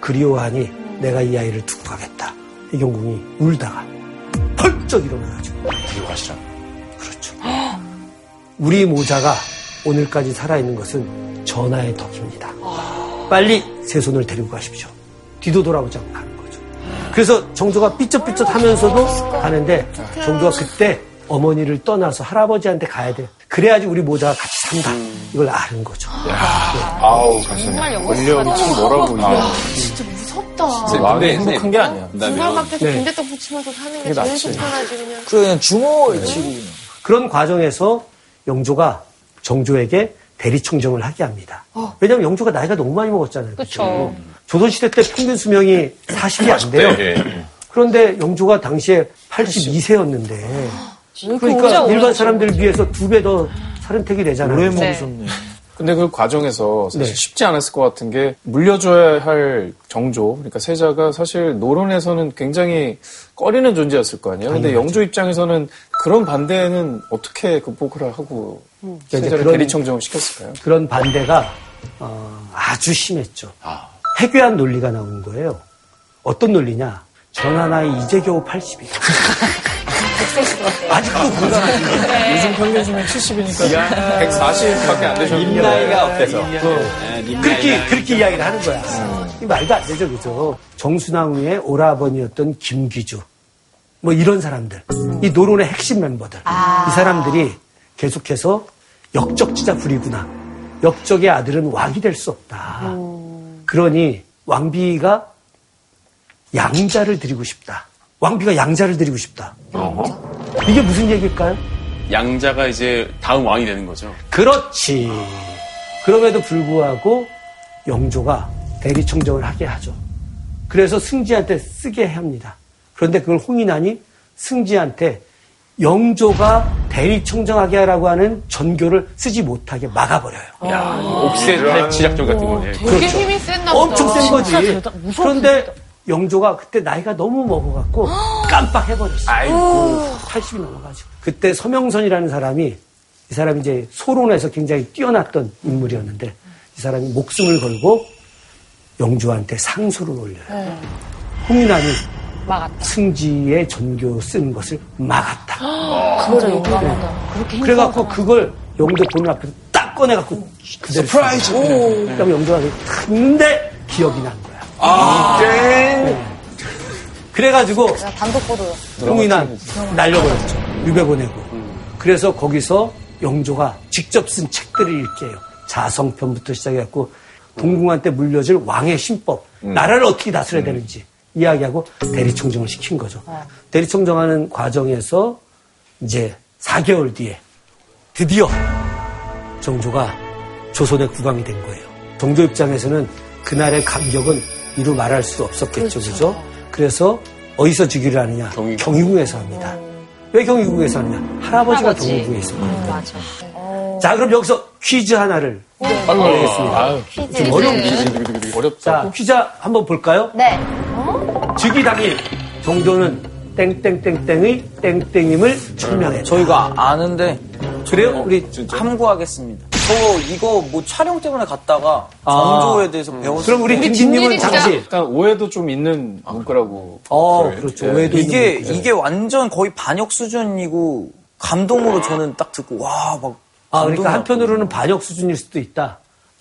Speaker 8: 그리워하니 내가 이 아이를 두고 가겠다. 해경궁이 울다가 펄쩍 일어나가지고 그렇죠.
Speaker 5: 이거 가시라.
Speaker 8: 우리 모자가 오늘까지 살아있는 것은 전하의 덕입니다. 빨리 세 손을 데리고 가십시오. 뒤도 돌아보지 않고 가는 거죠. 그래서 정조가 삐쩍삐쩍 하면서도 가는데 정조가 그때 어머니를 떠나서 할아버지한테 가야 돼. 그래야지 우리 모자가 같이 산다. 이걸 아는 거죠.
Speaker 7: 아우 가슴이.
Speaker 1: 울려면 참 뭐라고 울려.
Speaker 2: 진짜 무섭다.
Speaker 1: 마음이 행복한 게 아니야.
Speaker 2: 중간 앞에서
Speaker 8: 네.
Speaker 2: 군대떡 붙이면서 사는 게
Speaker 1: 그게
Speaker 2: 제일
Speaker 1: 낫지.
Speaker 2: 속편하지 그냥.
Speaker 4: 그래 그냥 주먹을 치고 그냥.
Speaker 8: 그런 과정에서 영조가 정조에게 대리청정을 하게 합니다. 왜냐하면 영조가 나이가 너무 많이 먹었잖아요.
Speaker 6: 어. 그쵸.
Speaker 4: 음.
Speaker 8: 조선시대 때 평균 수명이 40이 안 돼요.
Speaker 4: 예.
Speaker 8: 그런데 영조가 당시에 82세였는데 그러니까
Speaker 6: 오래
Speaker 8: 일반 사람들 비해서 두 배 더 사른택이 되잖아요.
Speaker 4: 오래 먹으셨네.
Speaker 1: 근데 그 과정에서 사실
Speaker 8: 네.
Speaker 1: 쉽지 않았을 것 같은 게 물려줘야 할 정조, 그러니까 세자가 사실 노론에서는 굉장히 꺼리는 존재였을 거 아니에요. 근데 영조 입장에서는 그런 반대는 어떻게 극복을 하고
Speaker 8: 그러니까 이제
Speaker 1: 세자를
Speaker 8: 그런-
Speaker 1: 대리청정을 시켰을까요?
Speaker 8: 그런 반대가 어, 아주 심했죠.
Speaker 5: 아.
Speaker 8: 해괴한 논리가 나온 거예요. 어떤 논리냐? 전하나이 이제 겨우 80이다. 아직도 불가능해.
Speaker 1: 요즘 평균 수명 70이니까 140밖에 안 되셨는데
Speaker 4: 나이가 어때서?
Speaker 7: 아,
Speaker 8: 그렇게 그렇게 이야기를 하는 거야. 이 말도 안 되죠, 그죠? 정순왕후의 오라버니였던 김귀주, 뭐 이런 사람들, 이 노론의 핵심 멤버들, 이 사람들이 계속해서 역적지자 부리구나. 역적의 아들은 왕이 될 수 없다. 그러니 왕비가 양자를 드리고 싶다. 왕비가 양자를 드리고 싶다.
Speaker 5: 어.
Speaker 8: 이게 무슨 얘기일까요?
Speaker 5: 양자가 이제 다음 왕이 되는 거죠.
Speaker 8: 그렇지. 그럼에도 불구하고 영조가 대리청정을 하게 하죠. 그래서 승지한테 쓰게 합니다. 그런데 그걸 홍인안이 승지한테 영조가 대리청정하게 하라고 하는 전교를 쓰지 못하게 막아버려요.
Speaker 5: 야, 옥새 탈 지작전 같은 거네.
Speaker 1: 어,
Speaker 2: 되게 힘이 센나 보다.
Speaker 8: 그렇죠. 엄청 센 거지.
Speaker 9: 대단- 무서워,
Speaker 8: 그런데 영조가 그때 나이가 너무 먹어갖고 깜빡해버렸어. 아이고. 80이 넘어가지고. 그때 서명선이라는 사람이 이 사람이 이제 소론에서 굉장히 뛰어났던 인물이었는데 이 사람이 목숨을 걸고
Speaker 10: 영주한테 상소를 올려요. 홍윤아는
Speaker 6: 막았다.
Speaker 10: 승지의 전교 쓴 것을 막았다.
Speaker 9: 진짜 용감하다. 그렇게 힘들어.
Speaker 10: 그래갖고 그걸 영조 보는 앞에서 딱 꺼내갖고 그대로 서프라이즈. 그다음 영조가 탁 있는데 기억이 난 거야. 네.
Speaker 8: 그래가지고
Speaker 3: 단독 보도요.
Speaker 8: 홍인한 날려버렸죠.
Speaker 10: 유배 보내고.
Speaker 8: 그래서 거기서 영조가 직접 쓴 책들을 읽게 해요. 자성편부터 시작해갖고 동궁한테 물려질 왕의 신법, 나라를 어떻게 다스려야 되는지 이야기하고 대리청정을 시킨 거죠. 대리청정하는 과정에서 이제 4개월 뒤에 드디어 정조가 조선의 국왕이 된 거예요. 정조 입장에서는 그날의 감격은 이루 말할 수 없었겠죠, 그죠 그래서 어디서 즉위를 하느냐? 경희궁. 에서 합니다. 왜 경희궁에서 하느냐? 할아버지가 음, 어.
Speaker 6: 할아버지.
Speaker 8: 경희궁에 있습니다.
Speaker 6: 맞아.
Speaker 8: 자, 그럼 여기서 퀴즈 하나를 드리겠습니다.
Speaker 1: 아유,
Speaker 6: 퀴즈.
Speaker 1: 어렵다.
Speaker 8: 자, 퀴즈 한번 볼까요? 어?
Speaker 3: 네.
Speaker 8: 즉위 당일 정조는 땡땡땡땡의 땡땡임을 천명해.
Speaker 4: 저희가 아는데
Speaker 8: 그래요? 우리
Speaker 4: 함구하겠습니다. 저 이거 뭐 촬영 때문에 갔다가 정조에 대해서 배웠어요.
Speaker 8: 아. 음. 그럼 우리 김진님은
Speaker 6: 웬일이지?
Speaker 8: 잠시.
Speaker 1: 약간 오해도 좀 있는 문구라고.
Speaker 8: 아. 어, 그렇죠. 왜도
Speaker 4: 이게 이게 완전 거의 반역 수준이고 감동으로 저는 딱 듣고 와막
Speaker 8: 아, 그러니까 한편으로는 반역 수준일 수도 있다.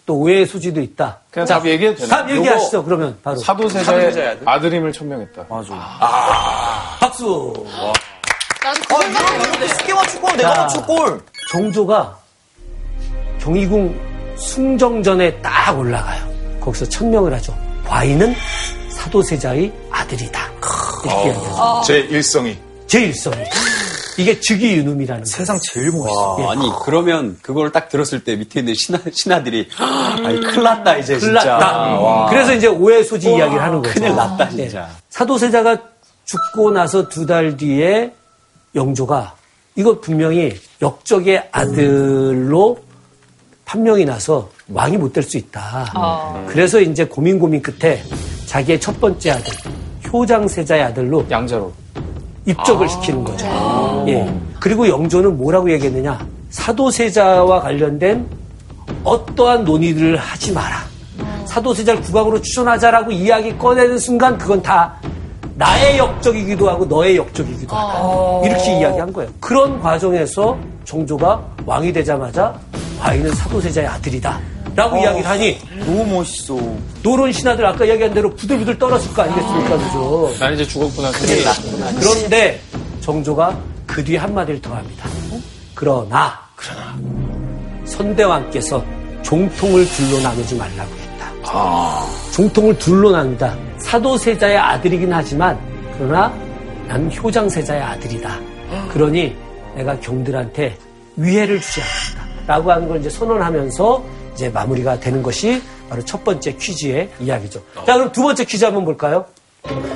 Speaker 8: 또 오해의 소지도 있다.
Speaker 1: 그냥 답 얘기해도 그러니까 되나요?
Speaker 8: 답 얘기하시죠, 그러면 바로.
Speaker 1: 사도세자의 아드님을 천명했다.
Speaker 4: 맞아.
Speaker 8: 박수!
Speaker 6: 나도 그 생각
Speaker 4: 쉽게 맞출 걸 내가
Speaker 8: 자.
Speaker 4: 맞출 걸.
Speaker 8: 정조가 경희궁 숭정전에 딱 올라가요. 거기서 천명을 하죠. 과인은 사도세자의 아들이다. 이렇게 이야기해요.
Speaker 1: 어.
Speaker 7: 제 일성이.
Speaker 8: 제 일성이. 이게 즉위 유눔이라는 거예요.
Speaker 4: 세상 제일 멋있어.
Speaker 11: 아, 아니 그러면 그걸 딱 들었을 때 밑에 있는 신하, 신하들이 아니 큰일 났다 이제
Speaker 8: 큰일
Speaker 11: 예, 진짜 아, 어,
Speaker 8: 났다. 그래서 이제 오해 소지 이야기를 하는 거죠. 예.
Speaker 11: 큰일 났다 진짜
Speaker 8: 사도세자가 죽고 나서 두 달 뒤에 영조가 이거 분명히 역적의 아들로 판명이 나서 왕이 못 될 수 있다. 그래서 이제 고민 고민 끝에 자기의 첫 번째 아들 효장세자의 아들로
Speaker 1: 양자로.
Speaker 8: 입적을 시키는 거죠. 예. 그리고 영조는 뭐라고 얘기했느냐? 사도세자와 관련된 어떠한 논의를 하지 마라. 사도세자를 국왕으로 추천하자라고 이야기 꺼내는 순간 그건 다 나의 역적이기도 하고 너의 역적이기도 하다. 이렇게 이야기한 거예요. 그런 과정에서 정조가 왕이 되자마자 과인은 사도세자의 아들이다. 라고 이야기를 하니
Speaker 4: 너무 멋있어.
Speaker 8: 노론 신하들 아까 이야기한 대로 부들부들 떨었을 거 아니겠습니까? 그죠?
Speaker 1: 난 이제 죽었구나.
Speaker 2: 그러니까.
Speaker 8: 그런데 정조가 그 뒤 한마디를 더합니다. 그러나 그러나 선대왕께서 종통을 둘로 나누지 말라고 했다. 종통을 둘로 나눈다. 사도세자의 아들이긴 하지만 그러나 난 효장세자의 아들이다. 그러니 내가 경들한테 위해를 주지 않겠다. 라고 하는 걸 이제 선언하면서 이제 마무리가 되는 것이 바로 첫 번째 퀴즈의 이야기죠. 자, 그럼 두 번째 퀴즈 한번 볼까요?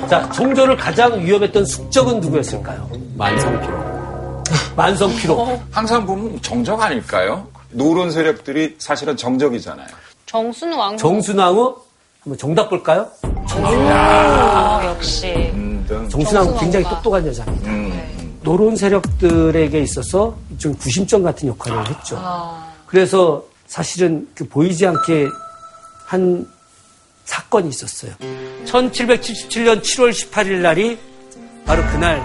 Speaker 8: 자, 정조를 가장 위협했던 숙적은 누구였을까요?
Speaker 11: 만성피로
Speaker 8: 만성피로.
Speaker 7: 항상 보면 정적 아닐까요? 노론 세력들이 사실은 정적이잖아요.
Speaker 6: 정순 왕후.
Speaker 8: 정순왕후 한번 정답 볼까요?
Speaker 11: 음.
Speaker 6: 아, 역시.
Speaker 8: 정순왕후
Speaker 3: 정순왕후가.
Speaker 8: 굉장히 똑똑한
Speaker 11: 음,
Speaker 8: 여자입니다. 노론 세력들에게 있어서 좀 구심점 같은 역할을 했죠. 그래서 사실은 그 보이지 않게 한 사건이 있었어요. 1777년 7월 18일 날이 바로 그날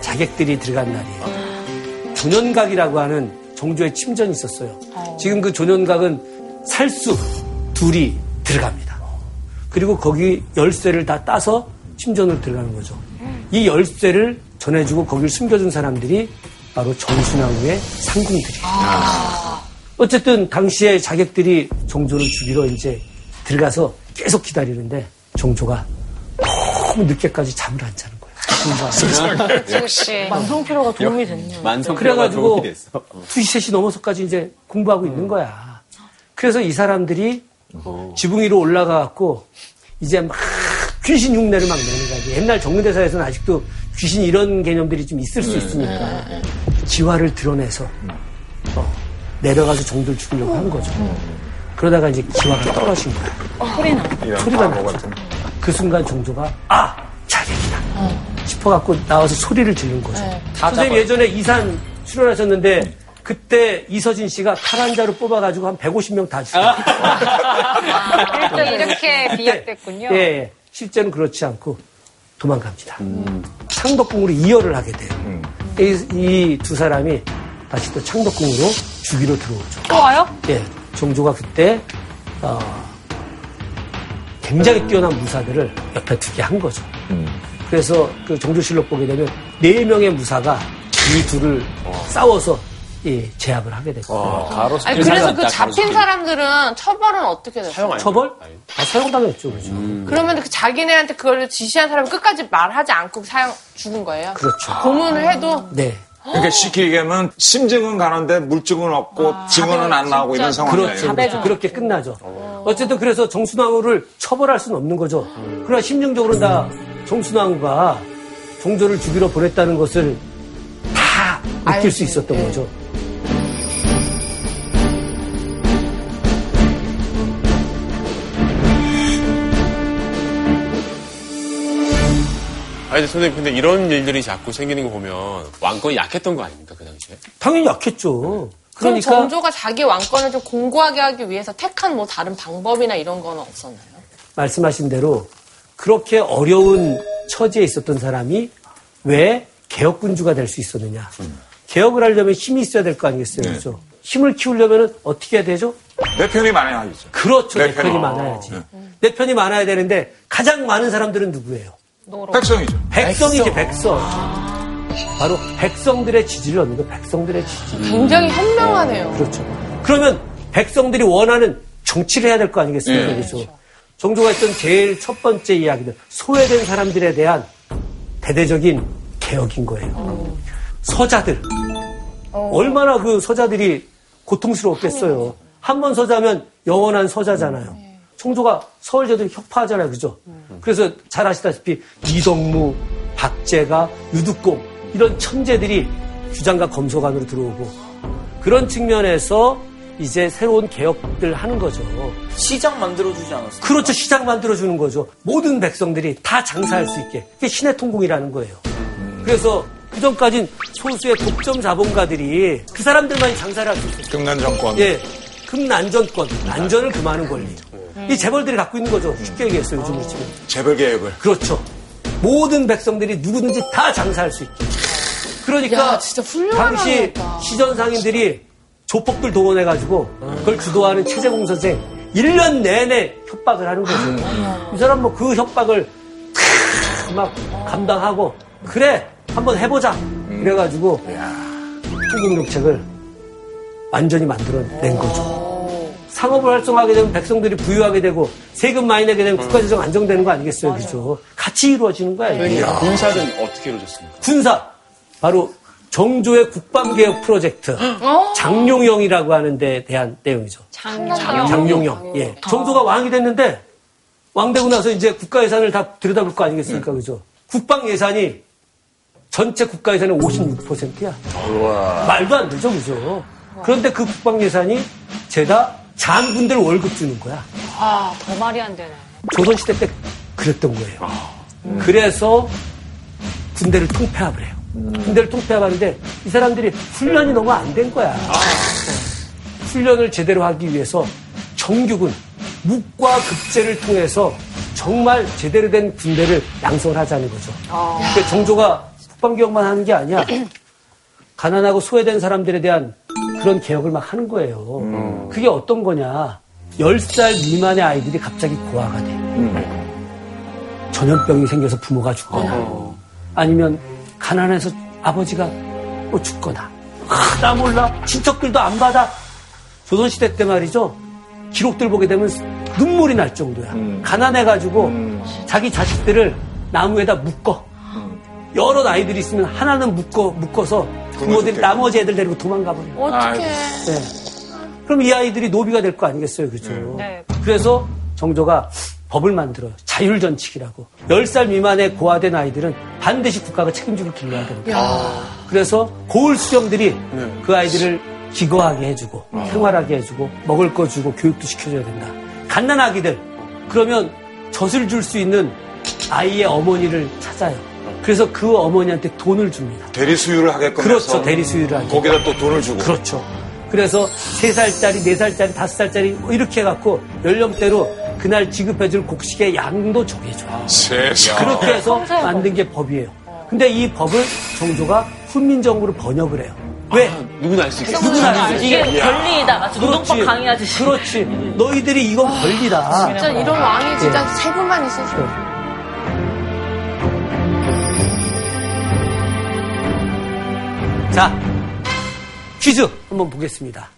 Speaker 8: 자객들이 들어간 날이에요. 조년각이라고 하는 정조의 침전이 있었어요. 지금 그 조년각은 살수 둘이 들어갑니다. 그리고 거기 열쇠를 다 따서 침전으로 들어가는 거죠. 이 열쇠를 전해주고 거기를 숨겨준 사람들이 바로 정순왕후의 상궁들이에요. 어쨌든 당시에 자객들이 정조를 죽이러 이제 들어가서 계속 기다리는데 정조가 너무 늦게까지 잠을 안 자는 거예요.
Speaker 6: 역시.
Speaker 9: 만성피로가 도움이 됐네요.
Speaker 11: 만성피로가
Speaker 8: 그래가지고 음.
Speaker 11: 도움이 됐어
Speaker 8: 2시, 3시 넘어서까지 이제 공부하고 있는 거야. 그래서 이 사람들이 지붕 위로 올라가갖고 이제 막 귀신 흉내를 막 내는 거지. 옛날 정근대사에서는 아직도 귀신 이런 개념들이 좀 있을 수 있으니까 네. 지화를 드러내서 어, 내려가서 정들 죽이려고 한 거죠. 그러다가 이제 지화가 음. 떨어진 거야.
Speaker 9: 소리 나.
Speaker 7: 예.
Speaker 8: 소리가 나죠. 그 순간 정조가 아 자객이다 싶어갖고 나와서 소리를 지른 거죠. 선생님 예전에 이산 출연하셨는데 그때 이서진 씨가 탈환자로 뽑아가지고 한 150명 다 죽였어요.
Speaker 2: 또 이렇게 비약됐군요.
Speaker 8: 예, 예. 실제는 그렇지 않고 도망갑니다. 창덕궁으로 이열을 하게 돼요. 이 두 사람이 다시 또 창덕궁으로 주기로 들어오죠.
Speaker 2: 또 와요?
Speaker 8: 예, 종조가 그때 어, 굉장히 뛰어난 무사들을 옆에 두게 한 거죠. 그래서 그 정조실록 보게 되면 네 명의 무사가 이 둘을 싸워서 예, 제압을 하게
Speaker 1: 어.
Speaker 8: 됐고
Speaker 2: 아니, 그래서 그 잡힌 사람들은 처벌은 어떻게 됐어요?
Speaker 8: 처벌? 다 사형당했죠, 그죠.
Speaker 2: 그러면 그 자기네한테 그걸 지시한 사람은 끝까지 말하지 않고 사형 죽은 거예요?
Speaker 8: 그렇죠.
Speaker 2: 고문을 해도
Speaker 8: 네.
Speaker 7: 그러니까 쉽게 얘기하면 심증은 가는데 물증은 없고
Speaker 8: 아,
Speaker 7: 증언은 안 나오고 이런 상황이에요.
Speaker 8: 그렇죠. 그렇죠. 그렇게 끝나죠. 어쨌든 그래서 정순왕후를 처벌할 수는 없는 거죠. 그러나 심정적으로는 다 정순왕후가 종조를 죽이러 보냈다는 것을 다 느낄 수 있었던
Speaker 2: 예.
Speaker 8: 거죠.
Speaker 5: 아니 근데 선생님 근데 이런 일들이 자꾸 생기는 거 보면 왕권이 약했던 거 아닙니까 그 당시에?
Speaker 8: 당연히 약했죠.
Speaker 2: 그럼
Speaker 8: 그러니까
Speaker 2: 정조가 자기 왕권을 좀 공고하게 하기 위해서 택한 뭐 다른 방법이나 이런 건 없었나요?
Speaker 8: 말씀하신 대로 그렇게 어려운 처지에 있었던 사람이 왜 개혁군주가 될 수 있었느냐. 개혁을 하려면 힘이 있어야 될 거 아니겠어요. 그렇죠? 힘을 키우려면 어떻게 해야 되죠?
Speaker 7: 내 편이 많아야죠.
Speaker 8: 그렇죠. 내,
Speaker 7: 내
Speaker 8: 편이
Speaker 7: 편이.
Speaker 8: 많아야지. 네. 내 편이 많아야 되는데 가장 많은 사람들은 누구예요?
Speaker 7: 백성이죠.
Speaker 8: 백성이지 백성. 바로 백성들의 지지를 얻는 거 백성들의 지지.
Speaker 2: 굉장히 현명하네요.
Speaker 8: 그렇죠. 그러면 백성들이 원하는 정치를 해야 될 거 아니겠습니까?
Speaker 7: 예.
Speaker 8: 그래서 정조가 했던 제일 첫 번째 이야기는 소외된 사람들에 대한 대대적인 개혁인 거예요. 음. 서자들 얼마나 그 서자들이 고통스러웠겠어요. 음. 네. 한 번 서자면 영원한 서자잖아요. 총조가 서울제도 혁파하잖아요. 그죠? 그래서 잘 아시다시피 이덕무, 박재가, 유두공 이런 천재들이 주장과 검소관으로 들어오고 그런 측면에서 이제 새로운 개혁들 하는 거죠.
Speaker 4: 시장 만들어주지 않았어요?
Speaker 8: 그렇죠. 시장 만들어주는 거죠. 모든 백성들이 다 장사할 수 있게. 그게 신의 통공이라는 거예요. 그래서 그전까진 소수의 독점 자본가들이 그 사람들만 장사를 할 수 있어요.
Speaker 7: 금난 정권.
Speaker 8: 예. 금난전권, 난전을 금하는 권리. 이 재벌들이 갖고 있는 거죠. 쉽게 얘기했어요, 요즘으로 치면.
Speaker 7: 재벌 개혁을.
Speaker 8: 그렇죠. 모든 백성들이 누구든지 다 장사할 수 있게. 그러니까
Speaker 2: 야, 진짜 훌륭한
Speaker 8: 당시
Speaker 2: 아이였다.
Speaker 8: 시전 상인들이 조폭들 동원해가지고 그걸 주도하는 최재공 선생 1년 내내 협박을 하는
Speaker 2: 음.
Speaker 8: 거죠. 이 사람 뭐 그 협박을 캬, 막 감당하고 그래 한번 해보자
Speaker 2: 음.
Speaker 8: 그래가지고 통금록책을 완전히 만들어낸 거죠. 상업을 활성화하게 되면 백성들이 부유하게 되고 세금 많이 내게 되면 국가 재정 안정되는 거 아니겠어요, 그죠? 같이 이루어지는 거야. 이게.
Speaker 5: 군사는 어떻게 이루어졌습니까?
Speaker 8: 군사 바로 정조의 국방개혁 프로젝트 장룡영이라고 하는 데 대한 내용이죠.
Speaker 2: 장룡영.
Speaker 8: 장룡영. 예. 정조가 왕이 됐는데 왕되고 나서 이제 국가 예산을 다 들여다볼 거 아니겠습니까? 그죠? 국방 예산이 전체 국가 예산의 56%야. 말도 안 되죠, 그죠? 그런데 그 국방 예산이 죄다 장군들 월급 주는 거야.
Speaker 2: 아, 더 말이 안 되네.
Speaker 8: 조선시대 때 그랬던 거예요. 그래서 군대를 통폐합을 해요. 군대를 통폐합하는데 이 사람들이 훈련이 너무 안 된 거야. 네. 훈련을 제대로 하기 위해서 정규군, 묵과 급제를 통해서 정말 제대로 된 군대를 양성하자는 거죠. 근데 정조가 국방개혁만 하는 게 아니야. 가난하고 소외된 사람들에 대한 그런 개혁을 막 하는 거예요. 그게 어떤 거냐. 10살 미만의 아이들이 갑자기 고아가 돼. 전염병이 생겨서 부모가 죽거나 아니면 가난해서 아버지가 뭐 죽거나 아, 나 몰라 친척들도 안 받아 조선시대 때 말이죠 기록들 보게 되면 눈물이 날 정도야 가난해가지고 자기 자식들을 나무에다 묶어 여러 아이들이 있으면 하나는 묶어 묶어서 부모들이
Speaker 7: 굶어죽게.
Speaker 8: 나머지 애들 데리고 도망가 버려
Speaker 1: 아,
Speaker 2: 어떻게.
Speaker 8: 네. 그럼 이 아이들이 노비가 될 거 아니겠어요, 그죠?
Speaker 2: 네.
Speaker 8: 그래서 정조가 법을 만들어요. 자율전칙이라고. 10살 미만의 고아된 아이들은 반드시 국가가 책임지고 길러야 됩니다. 그래서 고을 수령들이 그 아이들을 기거하게 해주고, 생활하게 해주고, 먹을 거 주고, 교육도 시켜줘야 된다. 갓난아기들, 그러면 젖을 줄 수 있는 아이의 어머니를 찾아요. 그래서 그 어머니한테 돈을 줍니다.
Speaker 7: 대리 수유를 하게끔
Speaker 8: 그렇죠.
Speaker 7: 해서
Speaker 8: 대리 수유를 하죠.
Speaker 7: 거기다 또 돈을 주고.
Speaker 8: 그렇죠. 그래서 세살짜리네살짜리 다섯 살짜리 이렇게 해갖고 연령대로 그날 지급해줄 곡식의 양도
Speaker 12: 아.
Speaker 8: 정해줘요.
Speaker 7: 세상.
Speaker 8: 그렇게
Speaker 9: 아,
Speaker 8: 해서 만든 게 법이에요. 근데 이 법을 정조가 훈민정부로 번역을 해요. 왜?
Speaker 12: 아, 누구나 알 수
Speaker 8: 있게.
Speaker 9: 이게 그 권리이다. 마치 노동법
Speaker 8: 그렇지.
Speaker 9: 강의 하듯이. 아.
Speaker 8: 그렇지. 너희들이 이건 권리다.
Speaker 2: 진짜 이런 왕이 진짜 세 분만 있었어요.
Speaker 8: 자, 퀴즈 한번 보겠습니다.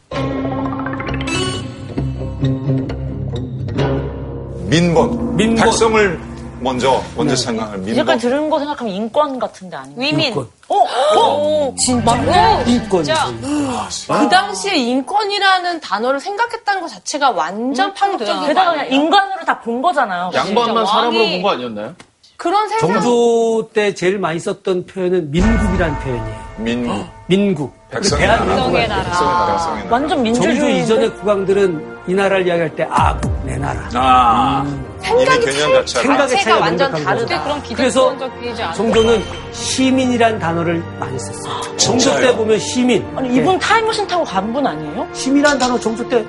Speaker 8: 민본.
Speaker 7: 민본.
Speaker 8: 네.
Speaker 7: 백성을 먼저 먼저 생각할 민본.
Speaker 9: 이제까지 들은 거 생각하면 인권 같은데 아닌가?
Speaker 2: 위민.
Speaker 7: 인권.
Speaker 9: 어? 어?
Speaker 2: 진짜?
Speaker 8: 인권.
Speaker 2: 진짜. 그 당시에 인권이라는 단어를 생각했다는 것 자체가 완전 파격적인 거
Speaker 9: 게다가 그냥
Speaker 2: 음, 아니에요?
Speaker 9: 인간으로 다 본 거잖아요.
Speaker 1: 양반만
Speaker 2: 진짜
Speaker 1: 사람으로
Speaker 2: 왕이-
Speaker 1: 본 거 아니었나요?
Speaker 2: 그런 세상.
Speaker 8: 정조 때 제일 많이 썼던 표현은 민국이라는 표현이에요.
Speaker 7: 민국.
Speaker 8: 민국.
Speaker 7: 백성의
Speaker 8: 대한민국
Speaker 7: 나라.
Speaker 8: 백성의
Speaker 2: 아.
Speaker 8: 나라.
Speaker 7: 백성의 나라. 백성의 나라.
Speaker 9: 완전
Speaker 8: 정조
Speaker 9: 민주주의.
Speaker 8: 이전의 국왕들은 이 나라를 이야기할 때 아국 내 나라.
Speaker 7: 아.
Speaker 2: 생각이
Speaker 8: 이미
Speaker 2: 차이-
Speaker 8: 개념 자체가- 생각의 차이가
Speaker 2: 완전
Speaker 8: 명백한
Speaker 2: 다르다.
Speaker 8: 거죠.
Speaker 2: 그런
Speaker 8: 그래서
Speaker 2: 기대적이지 않아요.
Speaker 8: 정조는 시민이란 단어를 많이 썼어요. 정조 때 보면 시민. 네.
Speaker 9: 아니, 이분 타임머신 타고 간 분 아니에요?
Speaker 8: 시민이란 단어 정조 때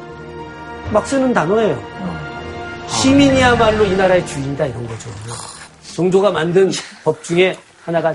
Speaker 8: 막 쓰는 단어예요. 아. 시민이야말로 이 나라의 주인이다 이런 거죠. 정조가 만든 법 중에 하나가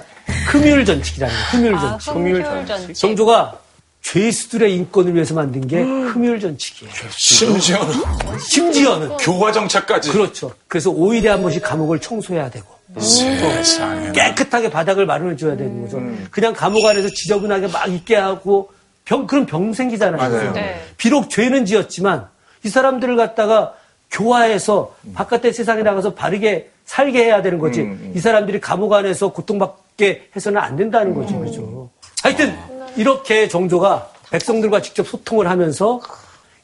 Speaker 8: 금율전칙이라는 거예요. 금율전칙.
Speaker 2: 아, 금율전칙.
Speaker 8: 정조가 죄수들의 인권을 위해서 만든 게
Speaker 2: 음.
Speaker 8: 금율전칙이에요.
Speaker 7: 심지어는
Speaker 8: 그 심지어는
Speaker 7: 교화 정책까지.
Speaker 8: 그렇죠. 그래서 5일에 한 번씩 감옥을 청소해야 되고
Speaker 7: 세상에.
Speaker 8: 깨끗하게 바닥을 마련해 줘야 되는 거죠. 그냥 감옥 안에서 지저분하게 막 있게 하고 병 그럼 병 생기잖아요.
Speaker 7: 맞아요.
Speaker 8: 그래서
Speaker 7: 네.
Speaker 8: 비록 죄는 지었지만 이 사람들을 갖다가 교화해서 바깥의 세상에 나가서 바르게 살게 해야 되는 거지. 이 사람들이 감옥 안에서 고통받게 해서는 안 된다는 거죠. 그렇죠. 하여튼 이렇게 정조가 백성들과 직접 소통을 하면서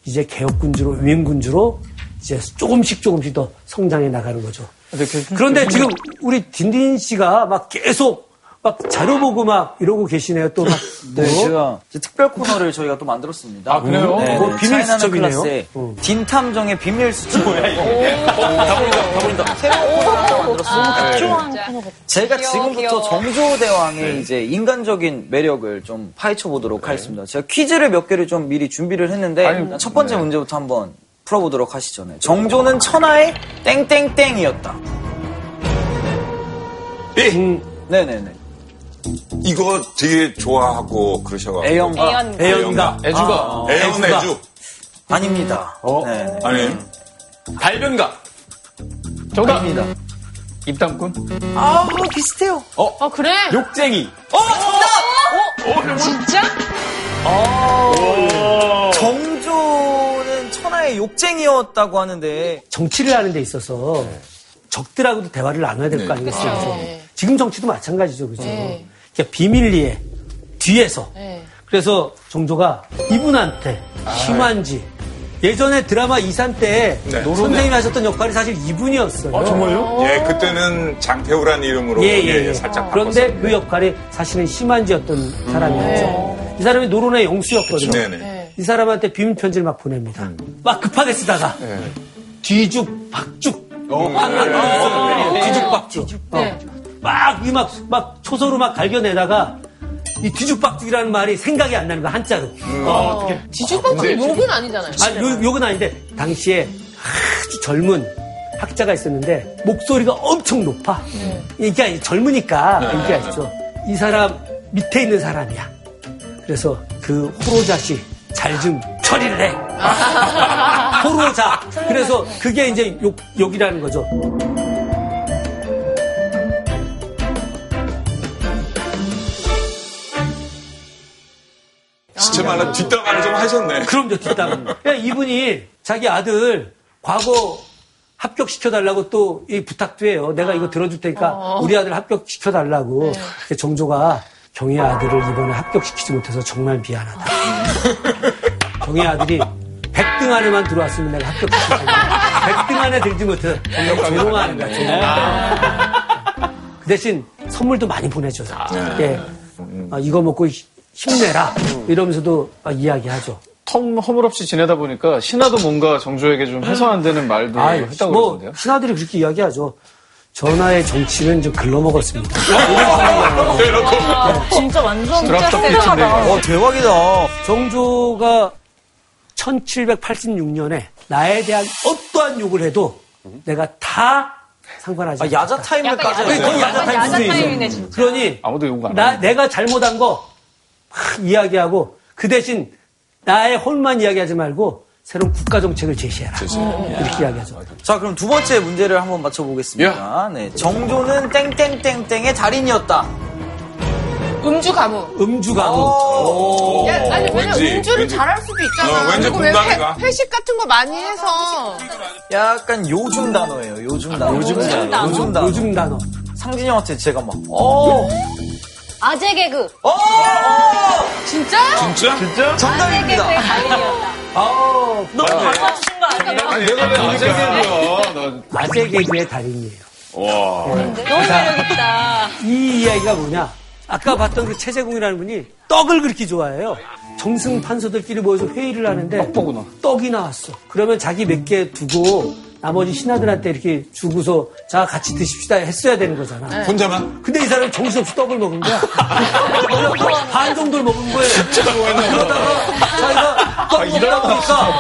Speaker 8: 이제 개혁군주로 위민군주로 이제 조금씩 조금씩 더 성장해 나가는 거죠. 그런데 지금 우리 딘딘 씨가 막 계속 막 자료 보고 막 이러고 계시네요. 또 막.
Speaker 4: 네, 제가 이제 특별 코너를 저희가 또 만들었습니다.
Speaker 8: 뭐? 아, 그래요?
Speaker 4: 네,
Speaker 8: 그거
Speaker 4: 네,
Speaker 8: 비밀
Speaker 4: 차이나는
Speaker 8: 수첩이네요. 어.
Speaker 4: 클라스의 딘탐정의 비밀 수첩. 네, 뭐야, 이게?
Speaker 13: 아,
Speaker 8: 네.
Speaker 9: 집중한 코너 같아.
Speaker 4: 네. 제가
Speaker 13: 귀여워,
Speaker 4: 지금부터
Speaker 13: 귀여워.
Speaker 4: 정조대왕의
Speaker 8: 네.
Speaker 4: 이제 인간적인 매력을 좀 파헤쳐 보도록 하겠습니다. 제가 퀴즈를 몇 개를 좀 미리 준비를 했는데 첫 번째
Speaker 8: 네.
Speaker 4: 문제부터 한번 풀어보도록 하시죠. 네. 정조는 천하의 땡땡땡이었다.
Speaker 8: 음,
Speaker 4: 네네네.
Speaker 7: 이거 되게 좋아하고 그러셔가지고.
Speaker 4: 애연가.
Speaker 8: 애연가.
Speaker 2: 아.
Speaker 1: 애주가
Speaker 7: 애연 애주.
Speaker 4: 아닙니다.
Speaker 8: 어?
Speaker 4: 네.
Speaker 7: 아니.
Speaker 1: 달변가 정답
Speaker 4: 아닙니다.
Speaker 1: 입담꾼
Speaker 2: 네.
Speaker 4: 아, 비슷해요.
Speaker 2: 어, 그래?
Speaker 1: 욕쟁이
Speaker 2: 진짜?
Speaker 4: 정조는 천하의 욕쟁이였다고 하는데
Speaker 8: 정치를 하는 데 있어서 적들하고도 대화를 나눠야 될 거 아니겠어요?
Speaker 2: 네.
Speaker 8: 지금 정치도 마찬가지죠. 그죠?
Speaker 2: 네.
Speaker 8: 그러니까 비밀리에 뒤에서
Speaker 2: 네.
Speaker 8: 그래서 정조가 이분한테 심한지 예전에 드라마 이산 때
Speaker 7: 네.
Speaker 8: 선생님이 하셨던 역할이 사실 이분이었어요.
Speaker 7: 예, 그때는 장태우란 이름으로
Speaker 8: 예, 예,
Speaker 7: 예,
Speaker 8: 예.
Speaker 7: 예, 살짝
Speaker 8: 그런데
Speaker 7: 바꿨었는데.
Speaker 8: 그 역할이 사실은 심한지였던 사람이었죠.
Speaker 2: 네.
Speaker 8: 이 사람이 노론의 영수였거든요.
Speaker 7: 네네.
Speaker 8: 이 사람한테 비밀 편지를 막 보냅니다. 막 급하게 쓰다가 뒤죽 박죽 어. 네. 뒤죽 박죽 어. 막이막막 초소로 막 갈겨내다가 이 뒤죽박죽이라는 말이 생각이 안 나는 거야 한자로. 어,
Speaker 2: 지주방은 욕은 아니잖아요.
Speaker 8: 아, 요, 욕은 아닌데 당시에 아주 젊은 학자가 있었는데 목소리가 엄청 높아. 이게 젊으니까 이게 아시죠? 이 사람 밑에 있는 사람이야. 그래서 그 호로자씨 잘 좀 처리를 해. 호로자. 그래서 그게 이제 욕, 욕이라는 거죠.
Speaker 7: 진짜 말로 뒷담화를 좀 하셨네.
Speaker 8: 아, 그럼요, 뒷담. 야, 이분이 자기 아들 과거 합격시켜달라고 또 이 부탁도 해요. 내가 이거 들어줄 테니까 우리 아들 합격시켜달라고. 근데 정조가 경희 아들을 이번에 합격시키지 못해서 정말 미안하다. 경희 아들이 100등 안에만 들어왔으면 내가 합격시켰을 텐데 100등 안에 들지 못해서 정말 조롱하는 거야, 조롱. 그 대신 선물도 많이 보내줘서. 예. 아, 이거 먹고 히- 힘내라. 이러면서도 막 이야기하죠.
Speaker 1: 텅 허물없이 지내다 보니까 신하도 뭔가 정조에게 좀 해서 안 되는 말도
Speaker 8: 아유,
Speaker 1: 했다고
Speaker 8: 뭐
Speaker 1: 그러던데요.
Speaker 8: 신하들이 그렇게 이야기하죠. 전화의 정치는 좀 글러먹었습니다. 아,
Speaker 9: 와, 네. 진짜 완전
Speaker 8: 어, 대박이다. 정조가 1786년에 나에 대한 어떠한 욕을 해도 내가 다 상관하지
Speaker 4: 아,
Speaker 8: 않는다.
Speaker 4: 야자 타임을까지
Speaker 8: 거의
Speaker 4: 하네.
Speaker 8: 야자 타임
Speaker 4: 야자
Speaker 8: 수준이죠.
Speaker 4: 타임이네, 진짜.
Speaker 8: 그러니
Speaker 1: 아무도 욕 안
Speaker 8: 나 내가 잘못한 거 막 이야기하고 그 대신 나의 홀만 이야기하지 말고 새로운 국가 정책을 제시해라. 이렇게 이야기하죠.
Speaker 4: 자, 그럼 두 번째 문제를 한번 맞춰보겠습니다. 네, 정조는 땡땡땡땡의 달인이었다.
Speaker 6: 음주 가무.
Speaker 8: 음주
Speaker 4: 가무.
Speaker 6: 야, 아니 왜냐 면 음주를 잘할 수도 있잖아.
Speaker 4: 어, 왠지
Speaker 6: 그리고 왜
Speaker 4: 공감이
Speaker 6: 회-
Speaker 4: 가.
Speaker 6: 회식 같은 거 많이
Speaker 2: 아,
Speaker 6: 해서
Speaker 4: 약간 요즘 단어예요. 요즘 단어.
Speaker 6: 요즘
Speaker 4: 요즘
Speaker 6: 단어.
Speaker 4: 단어. 요즘 단어.
Speaker 8: 요즘 단어.
Speaker 4: 상진이 형한테 제가 막 어.
Speaker 14: 아재 개그. 진짜?
Speaker 4: 진짜? 진짜? 정답입니다.
Speaker 14: 아재 개그의 달인이었다.
Speaker 8: 아,
Speaker 4: 너무
Speaker 9: 바꿔주신 거 아니에요?
Speaker 8: 아니, 내가 왜
Speaker 5: 그러니까.
Speaker 8: 아재
Speaker 5: 네.
Speaker 8: 개그야? 아재 개그의 달인이에요.
Speaker 5: 와.
Speaker 8: 너무 매력있다. 이 이야기가 뭐냐. 아까 봤던 그 최재공이라는 분이 떡을 그렇게 좋아해요. 정승 판소들끼리 모여서 회의를 하는데 떡이 나왔어. 그러면 자기 몇 개 두고 나머지 신하들한테 이렇게 주고서 자 같이 드십시다 했어야 되는 거잖아.
Speaker 11: 네. 혼자만?
Speaker 8: 근데 이 사람이 정신없이 떡을 먹은 거야. 반 정도를 먹은 거예요.
Speaker 11: 진짜 좋아했나 보다.
Speaker 8: 그러다가 자기가 떡 먹다 보니까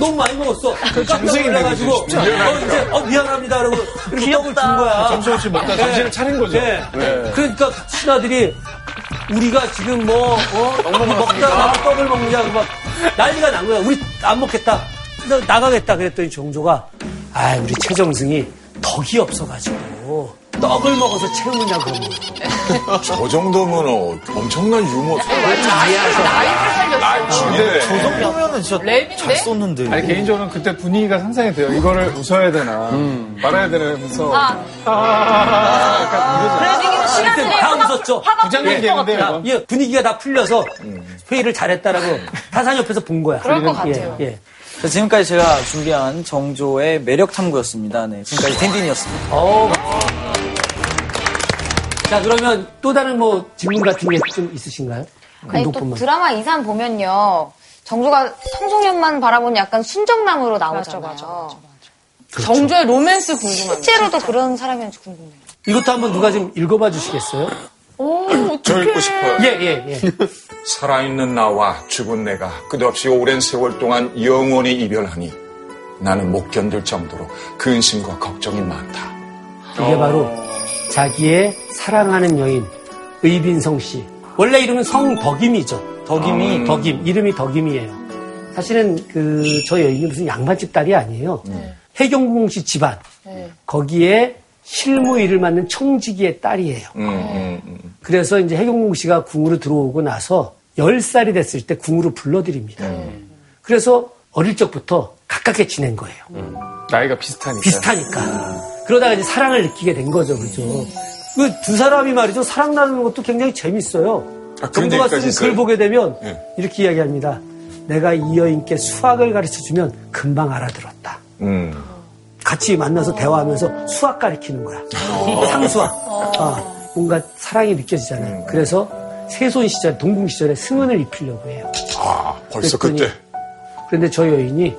Speaker 8: 너무 많이 먹었어. 그 깜짝
Speaker 11: 정승인데
Speaker 8: 놀라가지고
Speaker 11: 그게 쉽지 않아요.
Speaker 8: 어, 이제 어 미안합니다 그러고 이렇게 떡을 준 거야.
Speaker 1: 정신없이 먹다 정신을 차린 거죠.
Speaker 8: 네.
Speaker 1: 네.
Speaker 8: 그러니까 신하들이 우리가 지금 뭐 어?
Speaker 1: 너무
Speaker 8: 먹다가
Speaker 1: 먹었습니다.
Speaker 8: 떡을 먹냐고 막 난리가 난 거야. 우리 안 먹겠다. 그래서 나가겠다 그랬더니 정조가 아 우리 최정승이 덕이 없어가지고 떡을 먹어서 채우느냐고 그런 거야.
Speaker 7: 저 정도면 어, 엄청난 유머.
Speaker 2: 네.
Speaker 7: 아,
Speaker 6: 나이
Speaker 7: 죽이네.
Speaker 1: 저 정도면은
Speaker 4: 진짜
Speaker 6: 랩인데? 잘
Speaker 4: 썼는데.
Speaker 1: 아니, 개인적으로는 그때 분위기가 상상이 돼요. 이거를 웃어야 되나, 말아야 되나 하면서.
Speaker 14: 아.
Speaker 1: 아.
Speaker 14: 그래도 시간을
Speaker 8: 다 웃었죠.
Speaker 1: 부장님
Speaker 8: 예.
Speaker 1: 개그인데요, 이건?
Speaker 8: 예, 분위기가 다 풀려서 회의를 잘했다라고 다산 옆에서 본 거야.
Speaker 4: 그럴 것 같아요.
Speaker 8: 예, 예.
Speaker 4: 자, 지금까지 제가 준비한 정조의 매력 탐구였습니다. 네, 지금까지 댄딘이었습니다.
Speaker 8: 어. 자 그러면 또 다른 뭐 질문 같은 게 좀 있으신가요?
Speaker 14: 아니 또
Speaker 4: 그-
Speaker 14: 드라마 이산 보면요. 정조가 성종년만 바라보는 약간 순정남으로 나오잖아요.
Speaker 6: 정조의 로맨스 궁금합니다.
Speaker 14: 실제로도 그런 사람이었는지 궁금해요.
Speaker 8: 이것도 한번 누가 좀 읽어봐 주시겠어요?
Speaker 7: 저 읽고 싶어요.
Speaker 8: 예, 예, 예.
Speaker 7: 살아있는 나와 죽은 내가 끝없이 오랜 세월 동안 영원히 이별하니 나는 못 견딜 정도로 근심과 걱정이 많다.
Speaker 4: 어.
Speaker 8: 이게 바로 자기의 사랑하는 여인 의빈성 씨. 원래 이름은 성덕임이죠.
Speaker 4: 덕임이?
Speaker 8: 음. 덕임 이름이 덕임이에요. 사실은 그 저 여인이 무슨 양반집 딸이 아니에요.
Speaker 4: 네.
Speaker 8: 해경궁 씨 집안 거기에 실무 일을 맡는 청지기의 딸이에요.
Speaker 7: 음,
Speaker 8: 그래서 이제 해경궁 씨가 궁으로 들어오고 나서 10살이 됐을 때 궁으로 불러드립니다.
Speaker 4: 네.
Speaker 8: 그래서 어릴 적부터 가깝게 지낸 거예요.
Speaker 1: 나이가 비슷하니까.
Speaker 7: 아.
Speaker 8: 비슷하니까. 그러다가 이제 사랑을 느끼게 된 거죠, 그죠?
Speaker 7: 음.
Speaker 8: 그 두 사람이 말이죠. 사랑 나누는 것도 굉장히 재밌어요.
Speaker 7: 아, 그런
Speaker 8: 정조가
Speaker 7: 얘기까지
Speaker 8: 쓴
Speaker 7: 있어요?
Speaker 8: 글 보게 되면
Speaker 7: 예.
Speaker 8: 이렇게 이야기합니다. 내가 이 여인께 수학을 가르쳐 주면 금방 알아들었다.
Speaker 7: 음.
Speaker 8: 같이 만나서 대화하면서 수학 가르치는 거야.
Speaker 7: 어.
Speaker 8: 상수학. 아, 뭔가 사랑이
Speaker 7: 음.
Speaker 8: 느껴지잖아요. 그래서 세손 시절, 동궁 시절에 승은을 입히려고 해요.
Speaker 7: 아, 벌써
Speaker 8: 그랬더니
Speaker 7: 그때.
Speaker 8: 그런데 저 여인이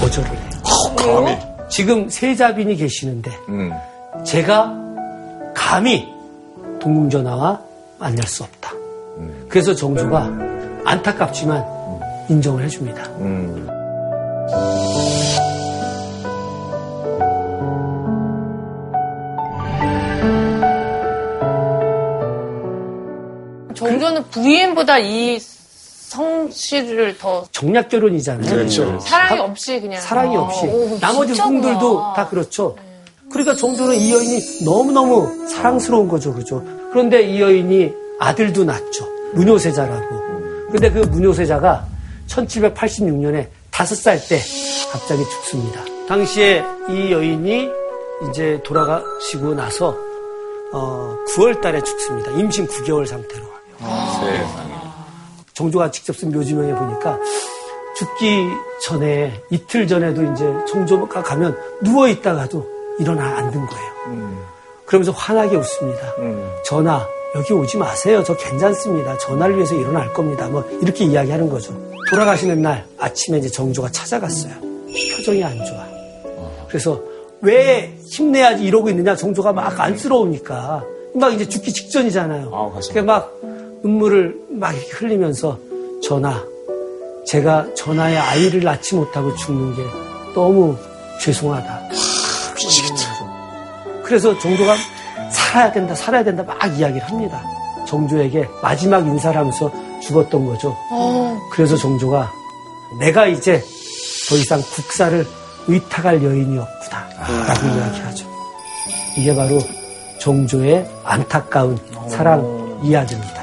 Speaker 8: 거절을 해요. 지금 세자빈이 계시는데
Speaker 7: 음.
Speaker 8: 제가 감히 동궁전하와 만날 수 없다. 그래서 정조가 안타깝지만 인정을 해줍니다.
Speaker 6: 정조는 부인보다 이 성씨를 더
Speaker 8: 정략 결혼이잖아요.
Speaker 6: 사랑이 없이 그냥
Speaker 8: 사랑이
Speaker 6: 어,
Speaker 8: 없이
Speaker 6: 오, 진짜구나. 네.
Speaker 8: 나머지 후궁들도 다 그렇죠. 그러니까 정조는 이 여인이 너무너무 사랑스러운 거죠, 그죠? 그런데 이 여인이 아들도 낳죠. 문효세자라고. 근데 그 문효세자가 1786년에 다섯 살 때 갑자기 죽습니다. 당시에 이 여인이 이제 돌아가시고 나서 어, 9월 달에 죽습니다. 임신 9개월 상태로.
Speaker 7: 세상에.
Speaker 8: 정조가 직접 쓴 묘지명에 보니까 죽기 전에 이틀 전에도 이제 정조가 가면 누워 있다가도 일어나 앉는 거예요. 그러면서 환하게 웃습니다. 전하 여기 오지 마세요. 저 괜찮습니다. 전하를 위해서 일어날 겁니다. 뭐 이렇게 이야기하는 거죠. 돌아가시는 날 아침에 이제 정조가 찾아갔어요. 표정이 안 좋아. 그래서 왜 힘내야지 이러고 있느냐 정조가 막 안쓰러우니까 막 이제 죽기 네. 직전이잖아요. 그게 막 눈물을 막 이렇게 흘리면서 전하 제가 전하의 아이를 낳지 못하고 죽는 게 너무 죄송하다. 그렇죠. 그래서 정조가 살아야 된다, 살아야 된다 막 이야기를 합니다. 정조에게 마지막 인사를 하면서 죽었던 거죠. 그래서 정조가 내가 이제 더 이상 국사를 의탁할 여인이 없구나. 라고 이야기하죠. 이게 바로 정조의 안타까운 사랑 이야기입니다.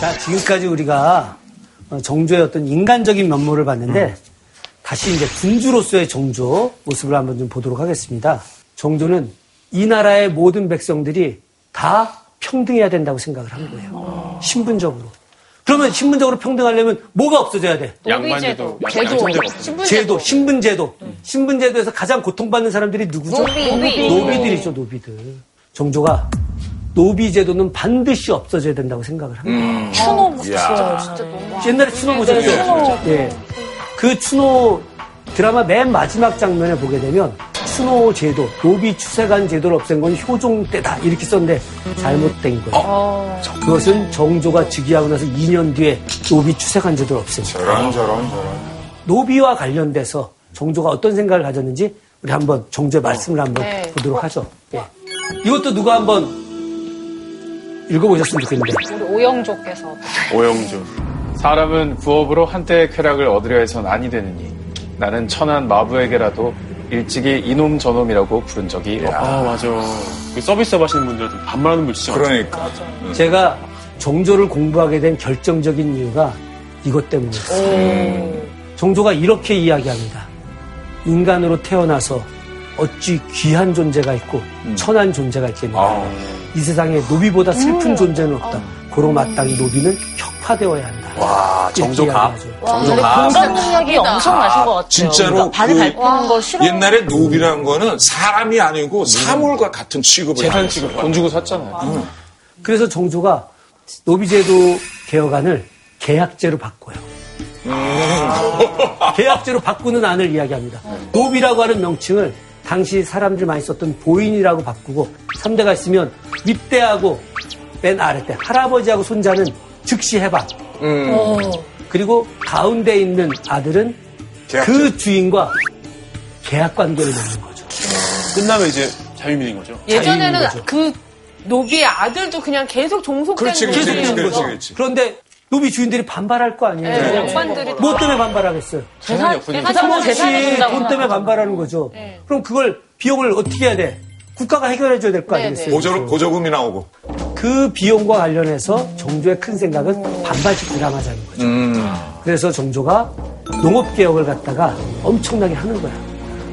Speaker 8: 자, 지금까지 우리가 어, 정조의 어떤 인간적인 면모를 봤는데 다시 이제 군주로서의 정조 모습을 한번 좀 보도록 하겠습니다. 정조는 이 나라의 모든 백성들이 다 평등해야 된다고 생각을 한 거예요. 신분적으로. 그러면 신분적으로 평등하려면 뭐가 없어져야 돼?
Speaker 5: 양반제도, 양반제도. 제도. 양반제도. 신분제도.
Speaker 8: 제도, 신분제도. 신분제도에서 가장 고통받는 사람들이 누구죠?
Speaker 5: 노비. 노비.
Speaker 8: 노비들이죠, 노비들. 정조가 노비제도는 반드시 없어져야 된다고 생각을 합니다.
Speaker 2: 추노 못했어요. 진짜 너무.
Speaker 8: 옛날에 추노 보셨죠?
Speaker 2: 네, 추노.
Speaker 8: 예. 그 추노 드라마 맨 마지막 장면에 보게 되면 추노 제도, 노비 추세관 제도를 없앤 건 효종 때다 이렇게 썼는데 잘못된 거예요.
Speaker 2: 어.
Speaker 8: 그것은 정조가 즉위하고 나서 2년 뒤에 노비 추세관 제도를 없앴죠.
Speaker 7: 저런, 저런, 저런.
Speaker 8: 노비와 관련돼서 정조가 어떤 생각을 가졌는지 우리 한번 정조의 말씀을 한번
Speaker 7: 네.
Speaker 8: 보도록 하죠. 예. 이것도 누가 한번 읽어보셨으면 좋겠는데.
Speaker 3: 우리 오영조께서
Speaker 1: 오영주. 사람은 부업으로 한때의 쾌락을 얻으려 해선 아니 되느니 나는 천한 마부에게라도 일찍이 이놈 저놈이라고 부른 적이 없다.
Speaker 5: 아, 맞아. 그 서비스업 하시는 분들한테 반말하는 분 진짜
Speaker 7: 그러니까.
Speaker 8: 제가 정조를 공부하게 된 결정적인 이유가 이것 때문이었어요. 정조가 이렇게 이야기합니다. 인간으로 태어나서 어찌 귀한 존재가 있고
Speaker 15: 음.
Speaker 8: 천한 존재가 있겠는가. 이 세상에 노비보다 슬픈 존재는 없다. 고로 마땅히 노비는 혁파되어야 한다.
Speaker 15: 와,
Speaker 8: 예,
Speaker 15: 정조갑.
Speaker 2: 어,
Speaker 16: 공감 능력이 엄청 나신 것 같아요.
Speaker 7: 아, 진짜로
Speaker 16: 발을
Speaker 7: 그
Speaker 16: 밟히는 거 싫어.
Speaker 7: 옛날에 노비라는 거는 사람이 아니고 사물과 같은 음. 취급을
Speaker 1: 재산
Speaker 7: 받았어요.
Speaker 1: 취급. 돈 주고 샀잖아요.
Speaker 8: 그래서 정조가 노비제도 개혁안을 계약제로 바꿔요. 계약제로 바꾸는 안을 이야기합니다. 노비라고 하는 명칭을 당시 사람들이 많이 썼던 보인이라고 바꾸고 3대가 있으면 윗대하고 맨 아래 대 할아버지하고 손자는 즉시 해방. 그리고 가운데 있는 아들은 그 주인과 계약 관계를 맺는 거죠.
Speaker 5: 끝나면 이제 자유민인 거죠.
Speaker 2: 예전에는 그 노비의 아들도 그냥 계속 종속되는 거지.
Speaker 8: 런데 노비 주인들이 반발할 거 아니에요.
Speaker 2: 네, 양반들이
Speaker 8: 뭐 때문에 반발하겠어요?
Speaker 2: 재산, 재산이
Speaker 8: 그냥 뭐
Speaker 2: 없으니까. 재산이
Speaker 8: 그렇지.
Speaker 2: 준다고 네.
Speaker 8: 돈 때문에
Speaker 2: 생각하죠.
Speaker 8: 반발하는 거죠. 그럼 그걸 비용을 어떻게 해야 돼? 국가가 해결해줘야 될 거
Speaker 7: 네,
Speaker 8: 아니겠어요?
Speaker 7: 네. 보조- 보조금이 나오고.
Speaker 8: 그 비용과 관련해서 정조의 큰 생각은 반발식 드라마자는 거죠. 그래서 정조가 농업개혁을 갖다가 엄청나게 하는 거야.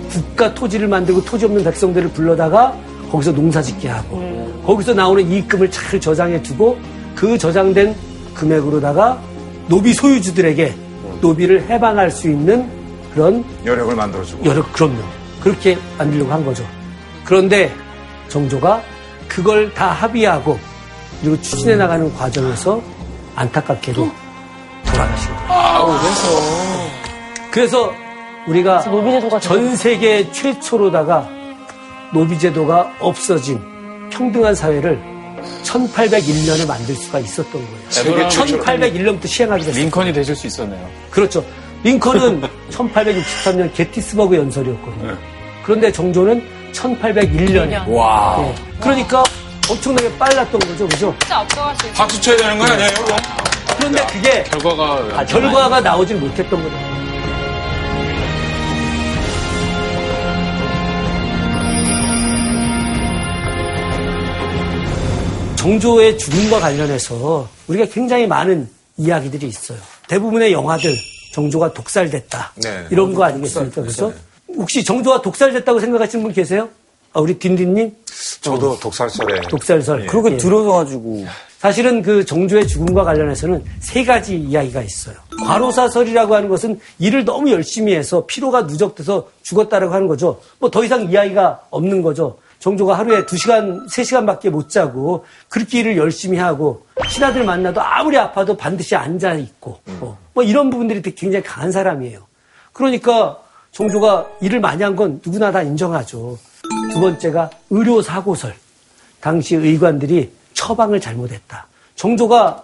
Speaker 8: 국가 토지를 만들고 토지 없는 백성들을 불러다가 거기서 농사 짓게 하고 거기서 나오는 이익금을 잘 저장해 두고 그 저장된 금액으로다가 노비 소유주들에게 노비를 해방할 수 있는 그런
Speaker 7: 여력을 만들어주고.
Speaker 8: 여러 그럼요. 그렇게 만들려고 한 거죠. 그런데 정조가 그걸 다 합의하고 그리고 추진해 나가는 과정에서 안타깝게도 돌아가신 거예요. 그래서 우리가 전 세계 최초로다가 노비제도가 없어진 평등한 사회를 1801년에 만들 수가 있었던 거예요.
Speaker 1: 세계 최초로.
Speaker 8: 1801년부터 시행하게 됐어요.
Speaker 1: 링컨이 되실 수 있었네요.
Speaker 8: 그렇죠. 링컨은 1863년 게티스버그 연설이었거든요. 그런데 정조는 1801년에.
Speaker 7: 와.
Speaker 8: 그러니까 엄청나게 빨랐던 거죠, 그죠?
Speaker 2: 진짜 압도할 수 있어.
Speaker 7: 박수 쳐야 되는 거 아니에요?
Speaker 8: 그런데 그게
Speaker 1: 결과가
Speaker 8: 아, 결과가 나오질 못했던 거죠. 정조의 죽음과 관련해서 우리가 굉장히 많은 이야기들이 있어요. 대부분의 영화들 정조가 독살됐다
Speaker 7: 네.
Speaker 8: 이런 거 아니겠습니까? 그래서 혹시 정조가 독살됐다고 생각하시는 분 계세요? 아, 우리 딘딘님?
Speaker 7: 저도 독살설에.
Speaker 8: 독살설.
Speaker 7: 그러고
Speaker 8: 들어서가지고. 사실은 그 정조의 죽음과 관련해서는 세 가지 이야기가 있어요. 과로사설이라고 하는 것은 일을 너무 열심히 해서 피로가 누적돼서 죽었다라고 하는 거죠. 뭐 더 이상 이야기가 없는 거죠. 정조가 하루에 두시간세시간밖에못 자고 그렇게 일을 열심히 하고 신하들 만나도 아무리 아파도 뭐 반드시 앉아있고 뭐 이런 부분들이 되게 굉장히 강한 사람이에요. 그러니까 정조가 일을 많이 한 건 누구나 다 인정하죠. 두 번째가 의료 사고설. 당시 의관들이 처방을 잘못했다. 정조가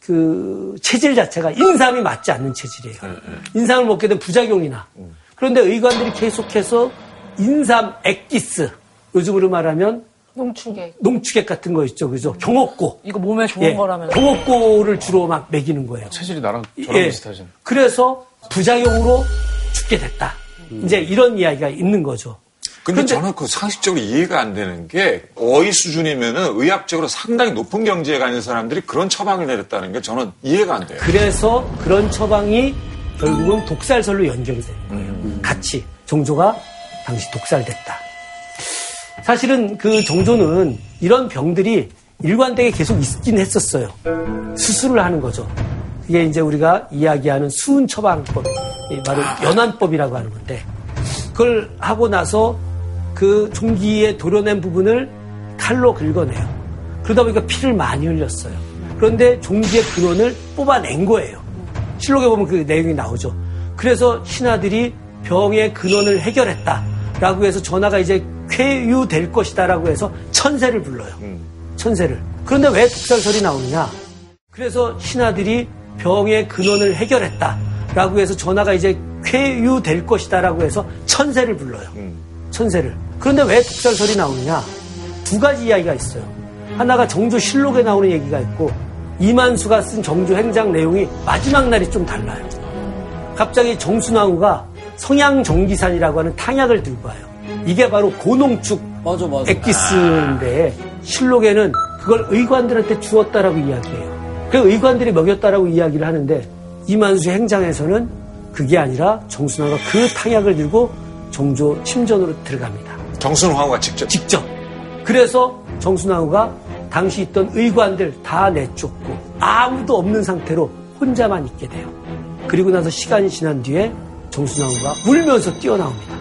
Speaker 8: 그 체질 자체가 인삼이 맞지 않는 체질이에요.
Speaker 1: 네,
Speaker 8: 인삼을 먹게 된 부작용이나
Speaker 1: 음.
Speaker 8: 그런데 의관들이 계속해서 인삼 액기스 요즘으로 말하면
Speaker 2: 농축액.
Speaker 8: 농축액 같은 거 있죠, 그죠? 경옥고.
Speaker 17: 이거 몸에 좋은
Speaker 8: 예.
Speaker 17: 거라면.
Speaker 8: 경옥고를 주로 막 먹이는 거예요.
Speaker 1: 체질이 나랑 저랑
Speaker 8: 예.
Speaker 1: 비슷하잖아.
Speaker 8: 그래서 부작용으로 죽게 됐다.
Speaker 1: 음.
Speaker 8: 이제 이런 이야기가 있는 거죠.
Speaker 7: 근데 저는 그 상식적으로 이해가 안 되는 게 어휘 수준이면은 의학적으로 상당히 높은 경지에 가 있는 사람들이 그런 처방을 내렸다는 게 저는 이해가 안 돼요.
Speaker 8: 그래서 그런 처방이 결국은 독살설로 연결이 되는 거예요. 같이 정조가 당시 독살됐다. 사실은 그 정조는 이런 병들이 일관되게 계속 있긴 했었어요. 수술을 하는 거죠. 그게 이제 우리가 이야기하는 수은 처방법, 이 바로 연안법이라고 하는 건데 그걸 하고 나서 그 종기에 도려낸 부분을 칼로 긁어내요. 그러다 보니까 피를 많이 흘렸어요. 그런데 종기의 근원을 뽑아낸 거예요. 실록에 보면 그 내용이 나오죠. 그래서 신하들이 병의 근원을 해결했다라고 해서 전하가 이제 쾌유될 것이다라고 해서 천세를 불러요. 천세를. 그런데 왜 독살설이 나오느냐? 그래서 신하들이 병의 근원을 해결했다라고 해서 전하가 이제 쾌유될 것이다라고 해서 천세를 불러요. 천세를. 그런데 왜 독살설이 나오느냐? 두 가지 이야기가 있어요. 하나가 정조 실록에 나오는 얘기가 있고 이만수가 쓴 정조 행장 내용이 마지막 날이 좀 달라요. 갑자기 정순왕후가 성양 정기산이라고 하는 탕약을 들고 와요. 이게 바로 고농축 액기스인데 실록에는 그걸 의관들한테 주었다라고 이야기해요. 그 의관들이 먹였다라고 이야기를 하는데 이만수 행장에서는 그게 아니라 정순왕후가 그 탕약을 들고 정조 침전으로 들어갑니다.
Speaker 7: 정순황후가 직접
Speaker 8: 직접 그래서 정순왕후가 당시 있던 의관들 다 내쫓고 아무도 없는 상태로 혼자만 있게 돼요. 그리고 나서 시간이 지난 뒤에 정순왕후가 울면서 뛰어나옵니다.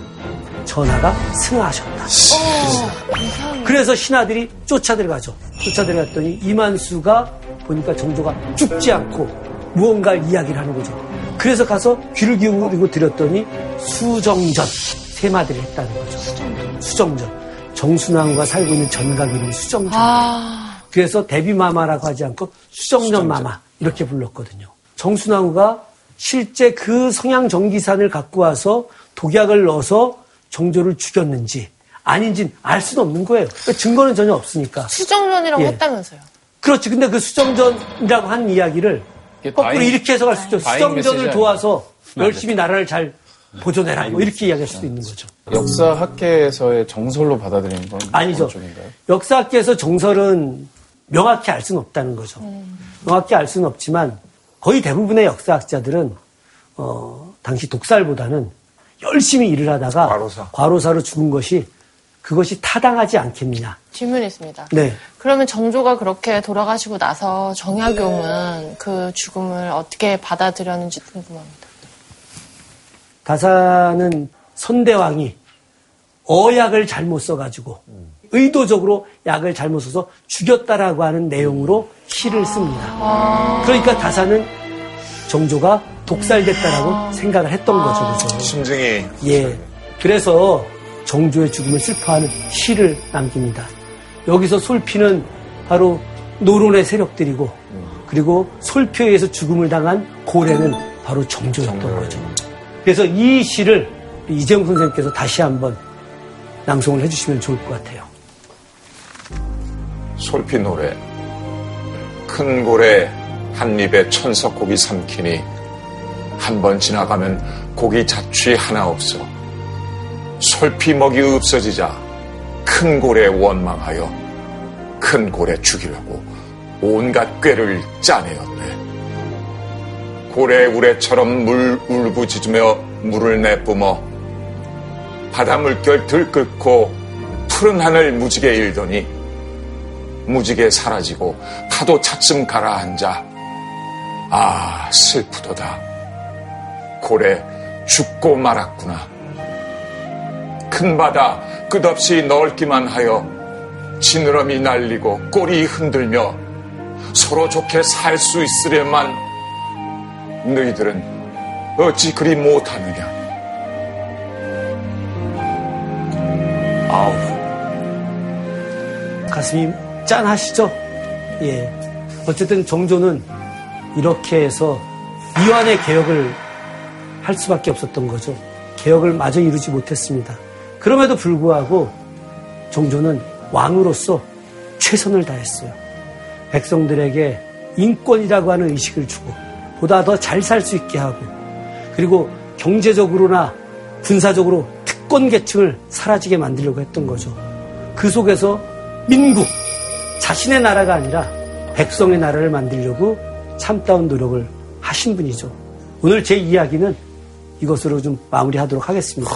Speaker 8: 전하가 승하하셨다. 그래서 신하들이 쫓아 들어가죠. 쫓아 들어갔더니 이만수가 보니까 정조가 죽지 않고 무언가 이야기를 하는 거죠. 그래서 가서 귀를 기울이고 들었더니 수정전 세 마디를 했다는 거죠. 수정전. 정순왕후가 살고 있는 전각 이름 수정전. 그래서 데뷔마마라고 하지 않고 수정전 마마 이렇게 불렀거든요. 정순왕후가 실제 그 성양 전기산을 갖고 와서 독약을 넣어서 정조를 죽였는지 아닌지는 알 수는 없는 거예요. 그 증거는 전혀 없으니까.
Speaker 2: 수정전이라고
Speaker 8: 예.
Speaker 2: 했다면서요.
Speaker 8: 그렇지. 근데 그 수정전이라고 한 이야기를 거꾸로
Speaker 1: 다행-
Speaker 8: 이렇게 해서 갈 수 있죠.
Speaker 1: 다행 메시지
Speaker 8: 수정전을
Speaker 1: 아니에요? 네.
Speaker 8: 도와서 열심히 나라를 잘 보존해라. 뭐 이렇게 이야기할 수도 있는 거죠.
Speaker 1: 역사 학계에서의 정설로 받아들이는 건
Speaker 8: 아니죠.
Speaker 1: 어느 쪽인가요?
Speaker 8: 역사학계에서 정설은 명확히 알 수는 없다는 거죠. 명확히 알 수는 없지만 거의 대부분의 역사학자들은 어, 당시 독살보다는 열심히 일을 하다가 과로사. 로 죽은 것이 그것이 타당하지 않겠느냐.
Speaker 2: 질문이 있습니다.
Speaker 8: 네.
Speaker 2: 그러면 정조가 그렇게 돌아가시고 나서 정약용은 그 죽음을 어떻게 받아들였는지 궁금합니다.
Speaker 8: 다사는 선대왕이 어약을 잘못 써가지고 의도적으로 약을 잘못 써서 죽였다라고 하는 내용으로 시를 씁니다. 그러니까 다사는 정조가 독살됐다라고 생각을 했던 거죠. 그죠?
Speaker 7: 심증이
Speaker 8: 예. 그래서 정조의 죽음을 슬퍼하는 시를 남깁니다. 여기서 솔피는 바로 노론의 세력들이고 그리고 솔표에 의해서 죽음을 당한 고래는 바로 정조였던 거죠. 그래서 이 시를 이재용 선생님께서 다시 한번 낭송을 해주시면 좋을 것 같아요.
Speaker 7: 솔피 노래 큰 고래 한 입에 천석 고기 삼키니 한 번 지나가면 고기 자취 하나 없어 솔피 먹이 없어지자 큰 고래 원망하여 큰 고래 죽이려고 온갖 꾀를 짜내었네 고래 우레처럼 물 울부짖으며 물을 내뿜어 바다 물결 들끓고 푸른 하늘 무지개 일더니 무지개 사라지고 파도 차츰 가라앉아 아 슬프도다 고래 죽고 말았구나 큰 바다 끝없이 넓기만 하여 지느러미 날리고 꼬리 흔들며 서로 좋게 살 수 있으려만 너희들은 어찌 그리 못하느냐
Speaker 8: 아우. 가슴이 짠하시죠? 예. 어쨌든 정조는 이렇게 해서 이완의 개혁을 할 수밖에 없었던 거죠. 개혁을 마저 이루지 못했습니다. 그럼에도 불구하고 정조는 왕으로서 최선을 다했어요. 백성들에게 인권이라고 하는 의식을 주고 보다 더 잘 살 수 있게 하고 그리고 경제적으로나 군사적으로 특권 계층을 사라지게 만들려고 했던 거죠. 그 속에서 민국 자신의 나라가 아니라 백성의 나라를 만들려고 참다운 노력을 하신 분이죠. 오늘 제 이야기는 이것으로 좀 마무리하도록 하겠습니다.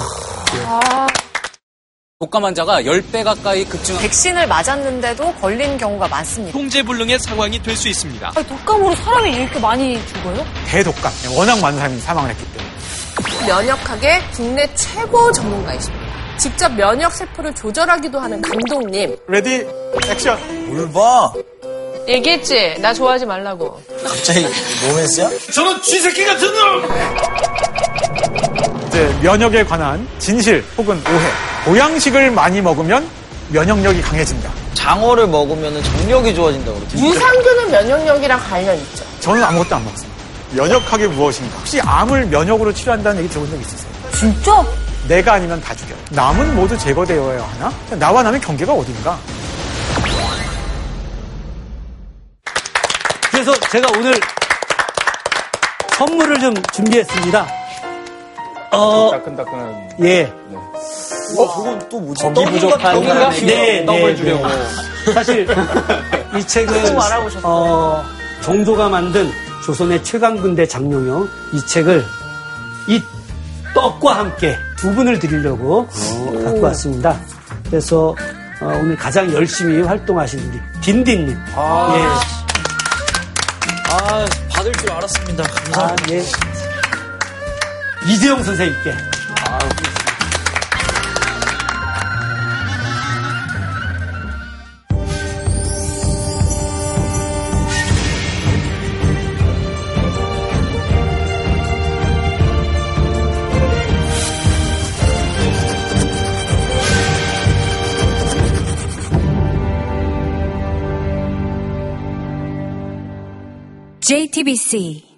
Speaker 18: 독감 환자가 10배 가까이 급증한
Speaker 3: 백신을 맞았는데도 걸린 경우가 많습니다.
Speaker 18: 통제불능의 상황이 될 수 있습니다.
Speaker 3: 독감으로 사람이 이렇게 많이 죽어요?
Speaker 18: 대독감. 워낙 많은 사람이 사망을 했기 때문에.
Speaker 2: 면역학의 국내 최고 전문가이십니다. 직접 면역 세포를 조절하기도 하는 감독님.
Speaker 18: 레디 액션. 뭘 봐?
Speaker 2: 얘기했지? 나 좋아하지 말라고.
Speaker 18: 갑자기 로맨스야?
Speaker 10: 저런 쥐새끼 같은 놈!
Speaker 18: 이제 면역에 관한 진실 혹은 오해. 보양식을 많이 먹으면 면역력이 강해진다.
Speaker 4: 장어를 먹으면 정력이 좋아진다고 그러죠.
Speaker 2: 유산균은 면역력이랑 관련 있죠.
Speaker 18: 저는 아무것도 안 먹습니다. 면역학이 무엇인가? 혹시 암을 면역으로 치료한다는 얘기 들어본 적 있으세요?
Speaker 3: 진짜?
Speaker 18: 내가 아니면 다 죽여. 남은 모두 제거되어야 하나? 나와 남의 경계가 어딘가?
Speaker 8: 그래서 제가 오늘 선물을 좀 준비했습니다. 어,
Speaker 1: 따끈따끈한.
Speaker 8: 예.
Speaker 4: 어, 그건 또 뭐지?
Speaker 8: 덕이 부족한 네, 사람에게 떡을 주려고. 네. 사실 이 책은
Speaker 4: 너무 알아보셨어요.
Speaker 8: 어, 정조가 만든 조선의 최강군대 장룡영 이 책을 이 떡과 함께 두 분을 드리려고 갖고 왔습니다. 그래서 어, 오늘 가장 열심히 활동하신 우리 딘딘님.
Speaker 4: 아.
Speaker 8: 예.
Speaker 4: 아, 받을 줄 알았습니다. 감사합니다.
Speaker 8: 아, 예. 이재용 선생님께.
Speaker 19: JTBC